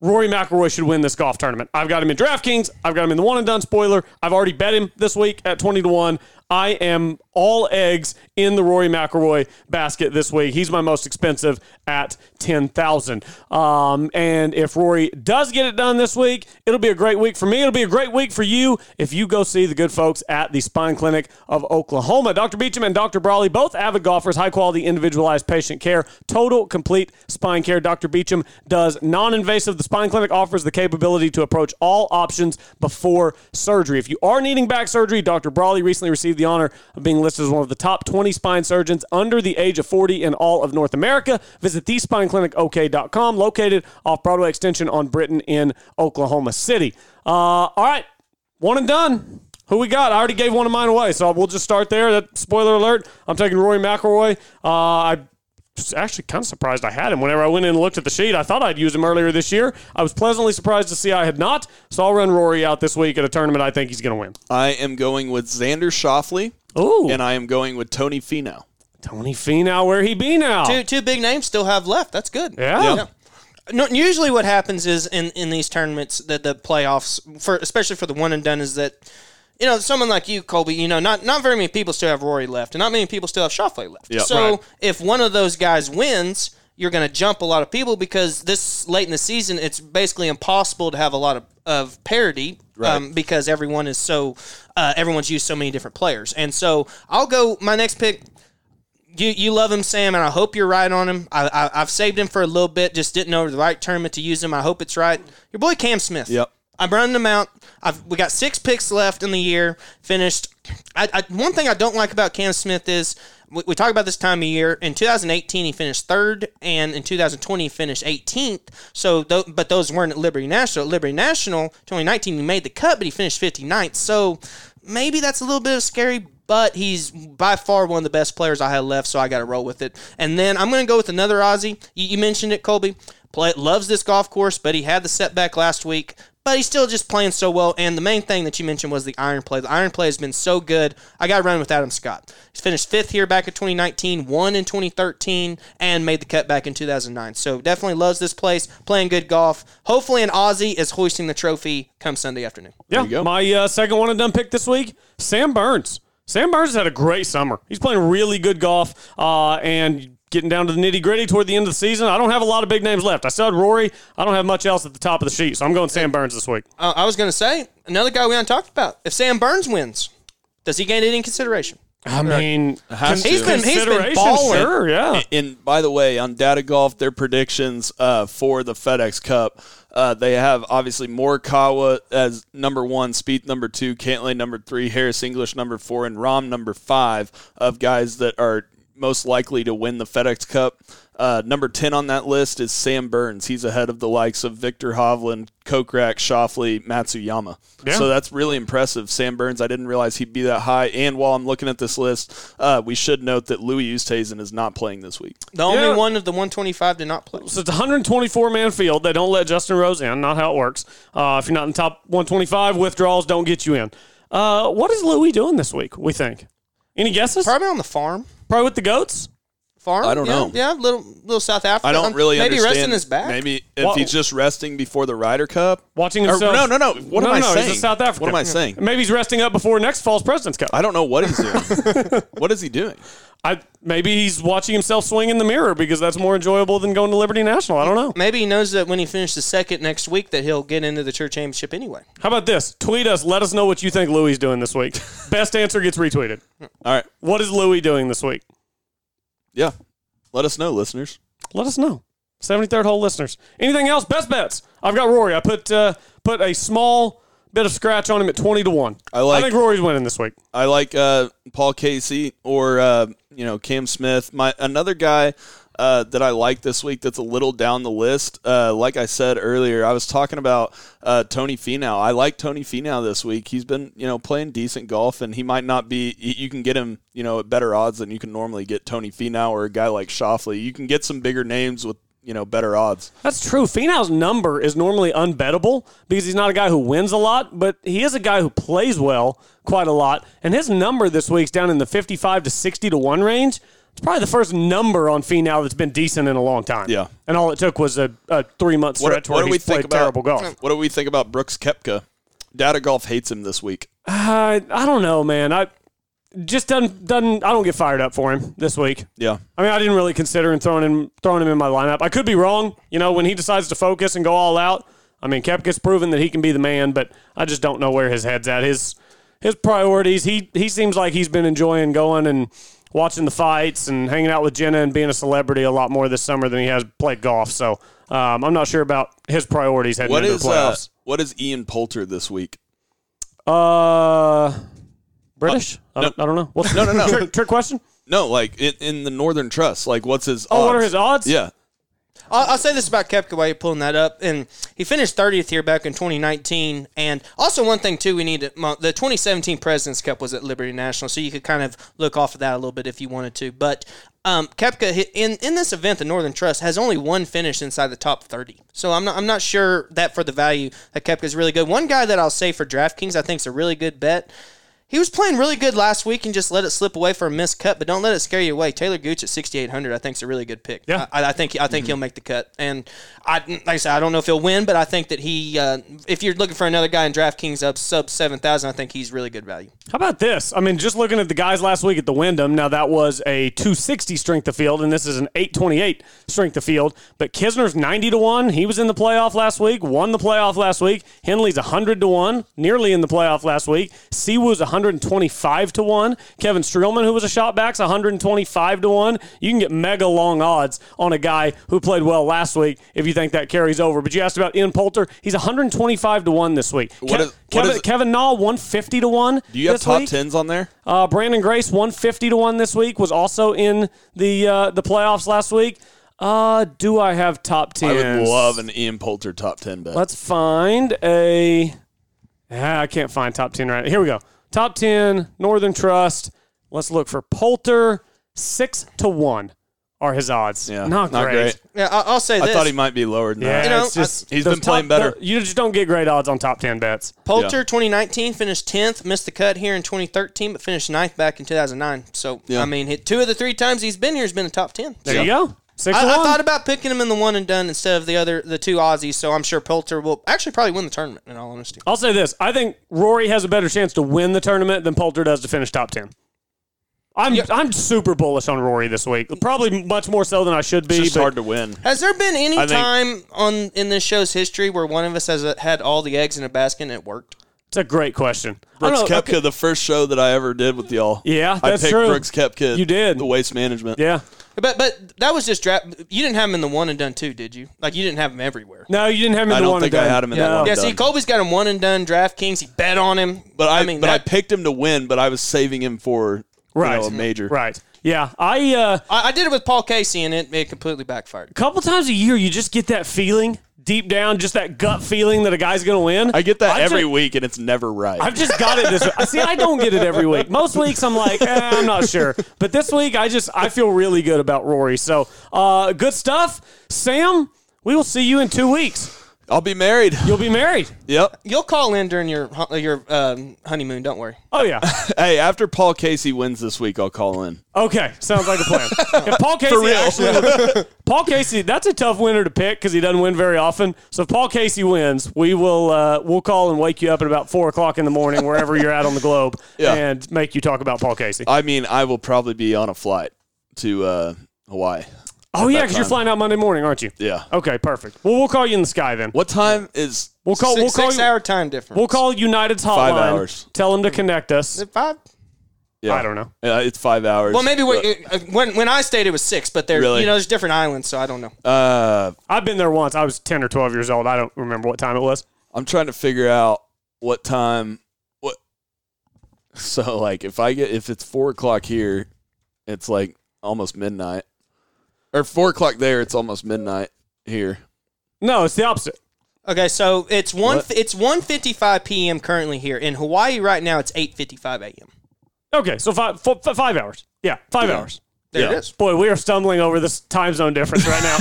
Speaker 1: Rory McIlroy should win this golf tournament. I've got him in DraftKings. I've got him in the one and done spoiler. I've already bet him this week at 20 to 1. I am all eggs in the Rory McIlroy basket this week. He's my most expensive at 10,000. Um, and if Rory does get it done this week, it'll be a great week for me. It'll be a great week for you if you go see the good folks at the Spine Clinic of Oklahoma. Dr. Beecham and Dr. Brawley, both avid golfers, high quality individualized patient care, total complete spine care. Dr. Beecham does non invasive. The Spine Clinic offers the capability to approach all options before surgery. If you are needing back surgery, Dr. Brawley recently received the honor of being listed as one of the top 20 spine surgeons under the age of 40 in all of North America. Visit thespineclinicok.com, located off Broadway Extension on Britain in Oklahoma City. Uh, all right, one and done. Who we got? I already gave one of mine away, so we'll just start there. That spoiler alert. I'm taking Rory McIlroy. Uh, I was actually kind of surprised I had him. Whenever I went in and looked at the sheet, I thought I'd used him earlier this year. I was pleasantly surprised to see I had not. So I'll run Rory out this week at a tournament I think he's going to win.
Speaker 2: I am going with Xander Shoffley,
Speaker 1: Ooh,
Speaker 2: Uh, and I am going with Tony Finau.
Speaker 1: Tony Finau, where he be now?
Speaker 3: Two two big names still have left. That's good.
Speaker 1: Yeah.
Speaker 3: No, usually what happens is in, in these tournaments that the playoffs for especially for the one and done is that you know someone like you Colby you know not not very many people still have Rory left and not many people still have Shoffley left
Speaker 2: Yeah.
Speaker 3: so
Speaker 1: Right.
Speaker 3: if one of those guys wins you're going to jump a lot of people because this late in the season it's basically impossible to have a lot of, of parity um, because everyone is so uh, everyone's used so many different players and so I'll go my next pick you you love him, Sam, and I hope you're right on him. I, I I've saved him for a little bit, just didn't know the right tournament to use him. I hope it's right. Your boy Cam Smith.
Speaker 2: Yep.
Speaker 3: I'm running him out. I've we got six picks left in the year. Finished. I, I one thing I don't like about Cam Smith is we, we talk about this time of year. In 2018, he finished third, and in 2020, he finished 18th. So, tho- but those weren't at Liberty National. At Liberty National, 2019, he made the cut, but he finished 59th. So maybe that's a little bit of scary, but he's by far one of the best players I had left, so I got to roll with it. And then I'm going to go with another Aussie. You, you mentioned it, Colby. Play, loves this golf course, but he had the setback last week. But he's still just playing so well. And the main thing that you mentioned was the iron play. The iron play has been so good. I got to run with Adam Scott. He's finished fifth here back in 2019, won in 2013, and made the cut back in 2009. So definitely loves this place, playing good golf. Hopefully, an Aussie is hoisting the trophy come Sunday afternoon.
Speaker 1: Yeah, my uh, second one and done pick this week, Sam Burns. Sam Burns has had a great summer. He's playing really good golf uh, and getting down to the nitty gritty toward the end of the season. I don't have a lot of big names left. I still had Rory. I don't have much else at the top of the sheet, so I'm going Sam Burns this week.
Speaker 3: Uh, I was going to say another guy we haven't talked about. If Sam Burns wins, does he gain any consideration?
Speaker 1: I mean,
Speaker 2: Has
Speaker 3: He's
Speaker 2: to.
Speaker 3: been he's been
Speaker 1: consideration,
Speaker 3: balling.
Speaker 1: Sure, yeah.
Speaker 2: And by the way, on Data Golf, their predictions uh, for the FedEx Cup, uh, they have obviously Morikawa as number one, Speed number two, Cantley number three, Harris English number four, and Rom number five of guys that are most likely to win the FedEx Cup. Uh, number 10 on that list is Sam Burns. He's ahead of the likes of Victor Hovland, Kokrak, Shoffley, Matsuyama. So that's really impressive. Sam Burns, I didn't realize he'd be that high. And while I'm looking at this list, uh, we should note that Louis Oosthuizen is not playing this week.
Speaker 3: The only
Speaker 1: Yeah.
Speaker 3: one of the 125 did not play.
Speaker 1: So it's a 124 man field. They don't let Justin Rose in. Not how it works. Uh, if you're not in the top 125, withdrawals don't get you in. Uh, what is Louis doing this week? We think. Any guesses? Probably,
Speaker 3: Probably on the farm.
Speaker 1: with the goats.
Speaker 3: Farm.
Speaker 2: I don't
Speaker 3: yeah,
Speaker 2: know.
Speaker 3: Yeah, little little South Africa.
Speaker 2: I don't
Speaker 3: Um,
Speaker 2: really
Speaker 3: maybe
Speaker 2: understand.
Speaker 3: resting his back.
Speaker 2: Maybe if
Speaker 1: Wha-
Speaker 2: he's just resting before the Ryder Cup.
Speaker 1: Watching
Speaker 2: Or,
Speaker 1: himself.
Speaker 2: no, no, no. What
Speaker 1: no,
Speaker 2: am I
Speaker 1: no,
Speaker 2: saying?
Speaker 1: He's a South African.
Speaker 2: What am I saying?
Speaker 1: Maybe he's resting up before next fall's President's Cup.
Speaker 2: I don't know what he's doing. what is he doing?
Speaker 1: I, maybe he's watching himself swing in the mirror because that's more enjoyable than going to Liberty National. I don't know.
Speaker 3: Maybe he knows that when he finishes second next week that he'll get into the church championship anyway.
Speaker 1: How about this? Tweet us. Let us know what you think Louis is doing this week. Best answer gets retweeted.
Speaker 2: All right.
Speaker 1: What is Louis doing this week?
Speaker 2: Yeah. Let us know, listeners.
Speaker 1: let us know. 73rd hole listeners. Anything else? Best bets. I've got Rory. I put uh, put a small bit of scratch on him at 20 to 1.
Speaker 2: I like-
Speaker 1: I think Rory's winning this week.
Speaker 2: I like uh, Paul Casey or uh, you know Cam Smith. My another guy uh, that I like this week that's a little down the list. Uh, like I said earlier, I was talking about uh, Tony Finau. I like Tony Finau this week. He's been you know playing decent golf, and he might not be. y- You can get him you know at better odds than you can normally get Tony Finau or a guy like Shoffley. You can get some bigger names with you know better odds.
Speaker 1: That's true. Finau's number is normally unbettable because he's not a guy who wins a lot, but he is a guy who plays well quite a lot. And his number this week's down in the 55 to 60 to 1 range. It's probably the first number on Finau that's been decent in a long time.
Speaker 2: Yeah.
Speaker 1: And all it took was a, a three-month
Speaker 2: What-
Speaker 1: stretch
Speaker 2: what
Speaker 1: where
Speaker 2: do
Speaker 1: he
Speaker 2: we
Speaker 1: played
Speaker 2: think about-
Speaker 1: terrible golf.
Speaker 2: What do we think about Brooks Kepka? Data Golf hates him this week.
Speaker 1: I Uh, I don't know, man. I just doesn't doesn't I don't get fired up for him this week.
Speaker 2: Yeah.
Speaker 1: I mean, I didn't really consider him throwing him throwing him in my lineup. I could be wrong. You know, when he decides to focus and go all out, I mean, Kepka's proven that he can be the man, but I just don't know where his head's at. His his priorities. He he seems like he's been enjoying going and watching the fights and hanging out with Jenna and being a celebrity a lot more this summer than he has played golf. So um, I'm not sure about his priorities heading
Speaker 2: What
Speaker 1: into
Speaker 2: is
Speaker 1: the
Speaker 2: uh,
Speaker 1: playoffs.
Speaker 2: what is Ian Poulter this week?
Speaker 1: Uh, British?
Speaker 2: no.
Speaker 1: I, don't, I don't know. What's,
Speaker 2: no, no.
Speaker 1: trick, trick question?
Speaker 2: No, like in, in the Northern Trust. Like, what's his?
Speaker 1: Oh,
Speaker 2: odds?
Speaker 1: what are his odds?
Speaker 2: Yeah,
Speaker 3: I'll, I'll say this about Kepka while you're pulling that up. And he finished 30th here back in 2019. And also, one thing, too, we need to, mo- the 2017 President's Cup was at Liberty National. So you could kind of look off of that a little bit if you wanted to. But um, Kepka, hi- in, in this event, the Northern Trust has only one finish inside the top 30. So I'm not, I'm not sure that for the value that Kepka is really good. One guy that I'll say for DraftKings, I think is a really good bet. He was playing really good last week and just let it slip away for a missed cut, but don't let it scare you away. Taylor Gooch at 6,800, I think, is a really good pick.
Speaker 1: Yeah.
Speaker 3: I, I think I think he'll make the cut, and I like I said, I don't know if he'll win, but I think that he, uh, if you're looking for another guy in DraftKings up sub seven thousand, I think he's really good value.
Speaker 1: How about this? I mean, just looking at the guys last week at the Wyndham, now that was a 260 strength of field, and this is an 828 strength of field. But Kisner's 90 to 1. He was in the playoff last week, won the playoff last week. Henley's 100 to 1, nearly in the playoff last week. Siwoo's 125 to 1. Kevin Streelman, who was a shot back's 125 to 1. You can get mega long odds on a guy who played well last week if you think that carries over. But you asked about Ian Poulter. He's 125 to 1 this week.
Speaker 2: What
Speaker 1: Ke-
Speaker 2: is- what
Speaker 1: Kevin,
Speaker 2: is-
Speaker 1: Kevin Nall, 150 to 1.
Speaker 2: do you have
Speaker 1: this
Speaker 2: top
Speaker 1: week.
Speaker 2: tens on there?
Speaker 1: Uh, Brandon Grace, one fifty to one this week, was also in the uh, the playoffs last week. Uh, do I have top
Speaker 2: I
Speaker 1: ten?
Speaker 2: would love an Ian Poulter top ten bet.
Speaker 1: Let's find a. Ah, I can't find top ten right here. We go top ten Northern Trust. Let's look for Poulter six to one are his odds.
Speaker 2: yeah,
Speaker 1: not, great.
Speaker 3: Yeah, I, I'll say
Speaker 2: I
Speaker 3: this.
Speaker 2: thought he might be lower than
Speaker 1: Yeah,
Speaker 2: that.
Speaker 3: You know,
Speaker 1: it's just
Speaker 2: I- he's
Speaker 1: those
Speaker 2: been playing
Speaker 1: top-
Speaker 2: better.
Speaker 1: You just don't get great odds on top ten bets.
Speaker 3: Poulter
Speaker 2: Yeah.
Speaker 3: 2019 finished 10th, missed the cut here in 2013, but finished ninth back in 2009. So I mean, hit two of the three times he's been here has been a top ten.
Speaker 1: There
Speaker 2: Yeah.
Speaker 1: you go. Six
Speaker 3: I,
Speaker 1: to
Speaker 3: I
Speaker 1: one.
Speaker 3: thought about picking him in the one and done instead of the other the two Aussies, so I'm sure Poulter will actually probably win the tournament. In all honesty,
Speaker 1: I'll say this: I think Rory has a better chance to win the tournament than Poulter does to finish top ten. I'm I'm super bullish on Rory this week. Probably much more so than I should be.
Speaker 2: It's just
Speaker 1: but
Speaker 2: hard to win.
Speaker 3: has there been any
Speaker 2: I think-
Speaker 3: time on in this show's history where one of us has uh, had all the eggs in a basket and it worked?
Speaker 1: It's a great question. I
Speaker 2: Brooks
Speaker 1: don't know,
Speaker 2: Kepka, the first show that I ever did with y'all.
Speaker 1: Yeah,
Speaker 2: I
Speaker 1: that's
Speaker 2: picked
Speaker 1: true.
Speaker 2: Brooks Kepka.
Speaker 1: You did.
Speaker 2: the waste management.
Speaker 1: Yeah.
Speaker 3: But but that was just draft. You didn't have him in the one and done too, did you? Like you didn't have him everywhere.
Speaker 1: No, you didn't have him in
Speaker 2: I
Speaker 1: the
Speaker 2: don't
Speaker 1: one
Speaker 2: think
Speaker 1: and
Speaker 2: I
Speaker 1: done.
Speaker 2: had him in that
Speaker 1: No.
Speaker 2: one.
Speaker 3: Yeah,
Speaker 2: done.
Speaker 3: see, Colby's got him one and done. DraftKings, he bet on him.
Speaker 2: But I, but
Speaker 3: that-
Speaker 2: I picked him to win, but I was saving him for you
Speaker 1: Right.
Speaker 2: know, a major.
Speaker 1: Right. Yeah. I uh
Speaker 3: I, I did it with Paul Casey, and it, it completely backfired.
Speaker 1: couple times a year you just get that feeling deep down, just that gut feeling that a guy's gonna win.
Speaker 2: I get that
Speaker 1: I've
Speaker 2: every
Speaker 1: ju-
Speaker 2: week, and it's never right.
Speaker 1: I've just got it this week. See, I don't get it every week. Most weeks I'm like, eh, I'm not sure. But this week I just I feel really good about Rory. So uh good stuff. Sam, we will see you in two weeks.
Speaker 2: I'll be married.
Speaker 1: You'll be married.
Speaker 2: Yep.
Speaker 3: You'll call in during your hu- your um, honeymoon. Don't worry.
Speaker 1: Oh yeah.
Speaker 2: Hey, after Paul Casey wins this week, I'll call in.
Speaker 1: Okay, sounds like a plan. If Paul Casey
Speaker 2: real.
Speaker 1: actually, Paul Casey, that's a tough winner to pick because he doesn't win very often. So if Paul Casey wins, we will uh, we'll call and wake you up at about four o'clock in the morning wherever you're at on the globe,
Speaker 2: Yeah.
Speaker 1: and make you talk about Paul Casey.
Speaker 2: I mean, I will probably be on a flight to uh, Hawaii.
Speaker 1: oh yeah, because you're
Speaker 2: time.
Speaker 1: flying out Monday morning, aren't you?
Speaker 2: Yeah.
Speaker 1: Okay, perfect. Well, we'll call you in the sky then.
Speaker 2: What time is?
Speaker 1: Oh, We'll call.
Speaker 3: Six,
Speaker 1: we'll call.
Speaker 3: six
Speaker 1: you-
Speaker 3: hour time difference.
Speaker 1: We'll call United's hotline.
Speaker 2: Five hours.
Speaker 1: Tell them to connect us.
Speaker 3: Is it five.
Speaker 2: Yeah.
Speaker 1: I don't know.
Speaker 2: Yeah, uh, it's five hours.
Speaker 3: Well, maybe
Speaker 2: but,
Speaker 3: we, uh, when when I stayed, it was six. But there,
Speaker 2: Really?
Speaker 3: you know, there's different islands, so I don't know.
Speaker 2: uh,
Speaker 1: I've been there once. I was ten or twelve years old. I don't remember what time it was.
Speaker 2: I'm trying to figure out what time. What? So like, if I get if it's four o'clock here, it's like almost midnight, or four o'clock there, it's almost midnight here.
Speaker 1: No, it's the opposite.
Speaker 3: Okay, so it's one it's one fifty five p.m. currently here in Hawaii. Right now, it's eight fifty five a.m.
Speaker 1: Okay, so five four, five hours. Yeah, five hours.
Speaker 3: There
Speaker 2: Yeah.
Speaker 3: it is.
Speaker 1: Boy, we are stumbling over this time zone difference right now.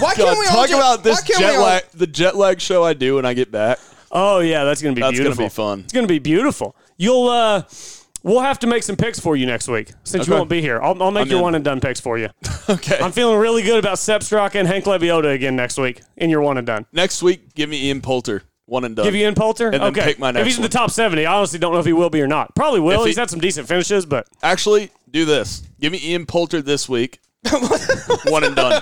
Speaker 3: Why
Speaker 2: God,
Speaker 3: can't we all
Speaker 2: talk
Speaker 3: ju-
Speaker 2: about
Speaker 3: why
Speaker 2: this
Speaker 3: can't we
Speaker 2: jet
Speaker 3: all-
Speaker 2: lag, the jet lag show I do when I get back.
Speaker 1: oh yeah, that's gonna be
Speaker 2: That's gonna
Speaker 1: beautiful.
Speaker 2: be fun.
Speaker 1: It's gonna be beautiful. You'll uh, we'll have to make some picks for you next week since you
Speaker 2: Okay.
Speaker 1: won't be here. I'll, I'll make
Speaker 2: I'm
Speaker 1: your
Speaker 2: in.
Speaker 1: one and done picks for you.
Speaker 2: Okay.
Speaker 1: I'm feeling really good about Sepstrock and Hank Lebiota again next week in your one and done.
Speaker 2: Next week, give me Ian Poulter. One and done.
Speaker 1: Give you in Poulter.
Speaker 2: And then
Speaker 1: okay.
Speaker 2: pick my
Speaker 1: if
Speaker 2: next
Speaker 1: he's in the
Speaker 2: one.
Speaker 1: top seventy, I honestly don't know if he will be or not. Probably will.
Speaker 2: If he- Uh,
Speaker 1: he's had some decent finishes, but
Speaker 2: Actually, do this. Give me Ian Poulter this week. one and done.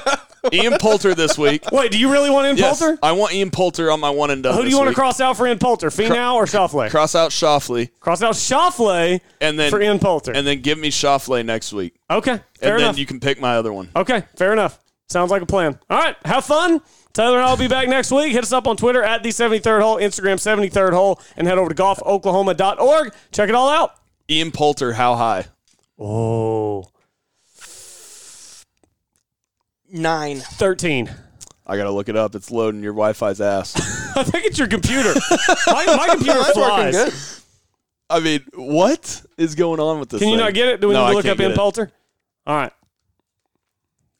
Speaker 2: Ian Poulter this week.
Speaker 1: wait, do you really want in
Speaker 2: Yes,
Speaker 1: Poulter?
Speaker 2: I want Ian Poulter on my one and done.
Speaker 1: Who do
Speaker 2: this
Speaker 1: you want to
Speaker 2: week.
Speaker 1: cross out for in Poulter? Finau or Shoffley?
Speaker 2: Cross out Shoffley,
Speaker 1: cross out Shoffley
Speaker 2: and then
Speaker 1: for in Poulter.
Speaker 2: and then give me Shoffley next week,
Speaker 1: okay, fair
Speaker 2: and
Speaker 1: enough.
Speaker 2: then you can pick my other one.
Speaker 1: Okay, fair enough. Sounds like a plan. All right, have fun. Tyler and I will be back next week. Hit us up on Twitter at the 73rd Hole, Instagram 73rd Hole, and head over to golfoklahoma.org. Check it all out.
Speaker 2: Ian Poulter, how high?
Speaker 1: Oh,
Speaker 3: nine?
Speaker 1: 13.
Speaker 2: I gotta look it up. It's loading your Wi-Fi's ass.
Speaker 1: I think it's your computer. my, my computer flies. Can
Speaker 2: I mean, what is going on with this?
Speaker 1: you
Speaker 2: thing?
Speaker 1: not get it? Do we
Speaker 2: No,
Speaker 1: need
Speaker 2: I
Speaker 1: to look
Speaker 2: can't
Speaker 1: up
Speaker 2: get
Speaker 1: in
Speaker 2: it.
Speaker 1: Poulter? All right.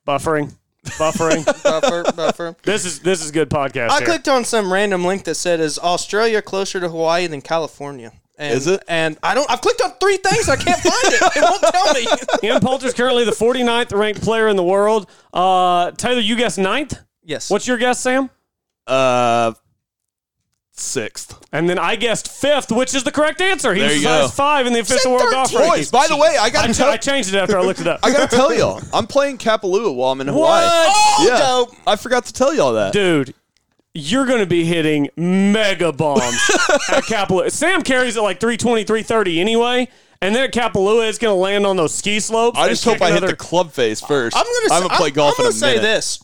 Speaker 1: Buffering. Buffering.
Speaker 3: Buffer, buffer.
Speaker 1: this is this is good podcast.
Speaker 3: I
Speaker 1: here.
Speaker 3: clicked on some random link that said, "Is Australia closer to Hawaii than California?" And,
Speaker 2: Is it?
Speaker 3: And I don't. I've clicked on three things. I can't find it. It won't tell me.
Speaker 1: Ian Poulter's currently the 49th ranked player in the world. Uh, Tyler, you guessed ninth.
Speaker 3: Yes.
Speaker 1: What's your guess, Sam?
Speaker 2: Uh, sixth.
Speaker 1: And then I guessed fifth, which is the correct answer. He's
Speaker 2: There you
Speaker 1: size
Speaker 2: go.
Speaker 1: five in the official world golf
Speaker 2: Boys,
Speaker 1: rankings.
Speaker 2: by the way, I
Speaker 1: I,
Speaker 2: gotta
Speaker 1: ch-
Speaker 2: tell
Speaker 1: I changed it after I looked it up.
Speaker 2: I gotta tell y'all, I'm playing Kapalua while I'm in Hawaii.
Speaker 3: Oh,
Speaker 2: Yeah,
Speaker 3: dope.
Speaker 2: I forgot to tell y'all that.
Speaker 1: Dude, you're going to be hitting mega bombs at Kapalua. Sam carries it like 320, 330 anyway. And then at Kapalua, it's going to land on those ski slopes.
Speaker 2: I
Speaker 1: and
Speaker 2: just hope
Speaker 1: kick
Speaker 2: I hit
Speaker 1: another-
Speaker 2: the club face first.
Speaker 3: I'm gonna.
Speaker 2: I'm gonna
Speaker 3: say-
Speaker 2: play
Speaker 3: I'm-
Speaker 2: golf
Speaker 3: I'm
Speaker 2: in a
Speaker 3: gonna say
Speaker 2: minute.
Speaker 3: this: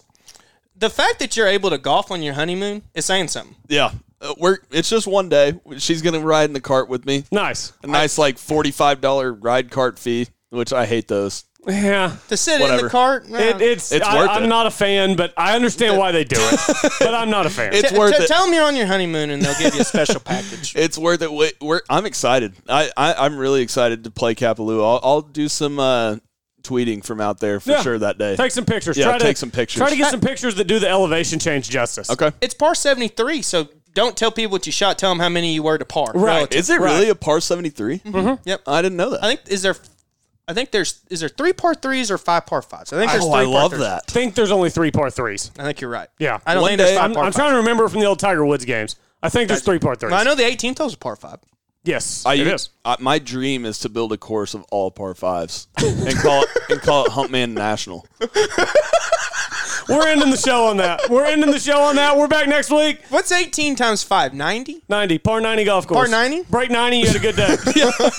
Speaker 3: the fact that you're able to golf on your honeymoon is saying something.
Speaker 2: Yeah, Uh, we're. It's just one day. She's gonna ride in the cart with me.
Speaker 1: Nice.
Speaker 2: A nice like forty five dollar ride cart fee, which I hate those.
Speaker 1: Yeah.
Speaker 3: To sit in
Speaker 2: Whatever.
Speaker 3: the cart. nah.
Speaker 1: It, it's
Speaker 2: It's
Speaker 1: I,
Speaker 2: worth
Speaker 1: I'm
Speaker 2: it.
Speaker 1: not a fan, but I understand why they do it. but I'm not a fan.
Speaker 2: It's
Speaker 3: T-
Speaker 2: worth
Speaker 3: t-
Speaker 2: it.
Speaker 3: Tell them you're on your honeymoon, and they'll give you a special package.
Speaker 2: It's worth it. We- We're, I'm excited. I, I I'm really excited to play Kapalua. I'll, I'll do some uh, tweeting from out there for
Speaker 1: Yeah.
Speaker 2: sure that day.
Speaker 1: take some pictures.
Speaker 2: Yeah,
Speaker 1: try to,
Speaker 2: take some pictures.
Speaker 1: Try to get some pictures that do the elevation change justice.
Speaker 2: okay.
Speaker 3: It's par 73, so don't tell people what you shot. Tell them how many you were to par.
Speaker 1: Right.
Speaker 2: Is it really a par seventy
Speaker 3: Mm-hmm. Yep.
Speaker 2: I didn't know that.
Speaker 3: I think is there. I think there's is there three par threes or five par fives. I think there's
Speaker 2: oh,
Speaker 3: three
Speaker 2: I
Speaker 3: par
Speaker 2: love
Speaker 3: threes.
Speaker 2: that.
Speaker 1: think there's only three par threes.
Speaker 3: I think you're right.
Speaker 1: Yeah.
Speaker 3: I don't
Speaker 2: One
Speaker 3: think there's
Speaker 2: day-
Speaker 3: 5
Speaker 1: I'm,
Speaker 3: par
Speaker 1: I'm
Speaker 3: fives.
Speaker 1: trying to remember from the old Tiger Woods games. I think there's three par threes.
Speaker 3: I know the 18th was a par five.
Speaker 1: Yes,
Speaker 2: I
Speaker 1: it
Speaker 2: use-
Speaker 1: is.
Speaker 2: I- my dream is to build a course of all par fives and call it and call it Humpman National.
Speaker 1: We're ending the show on that. We're ending the show on that. We're back next week.
Speaker 3: What's 18 times 5? 90?
Speaker 1: 90, par 90 golf course.
Speaker 3: 90?
Speaker 1: Break 90, you had a good day.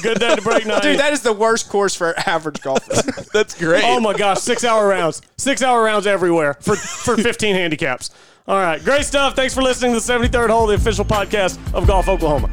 Speaker 1: Good day to break 90.
Speaker 3: Dude, that is the worst course for average golfers.
Speaker 2: That's great.
Speaker 1: Oh my gosh, six hour rounds. Six hour rounds everywhere for, for 15 handicaps. All right, great stuff. Thanks for listening to the 73rd Hole, the official podcast of Golf Oklahoma.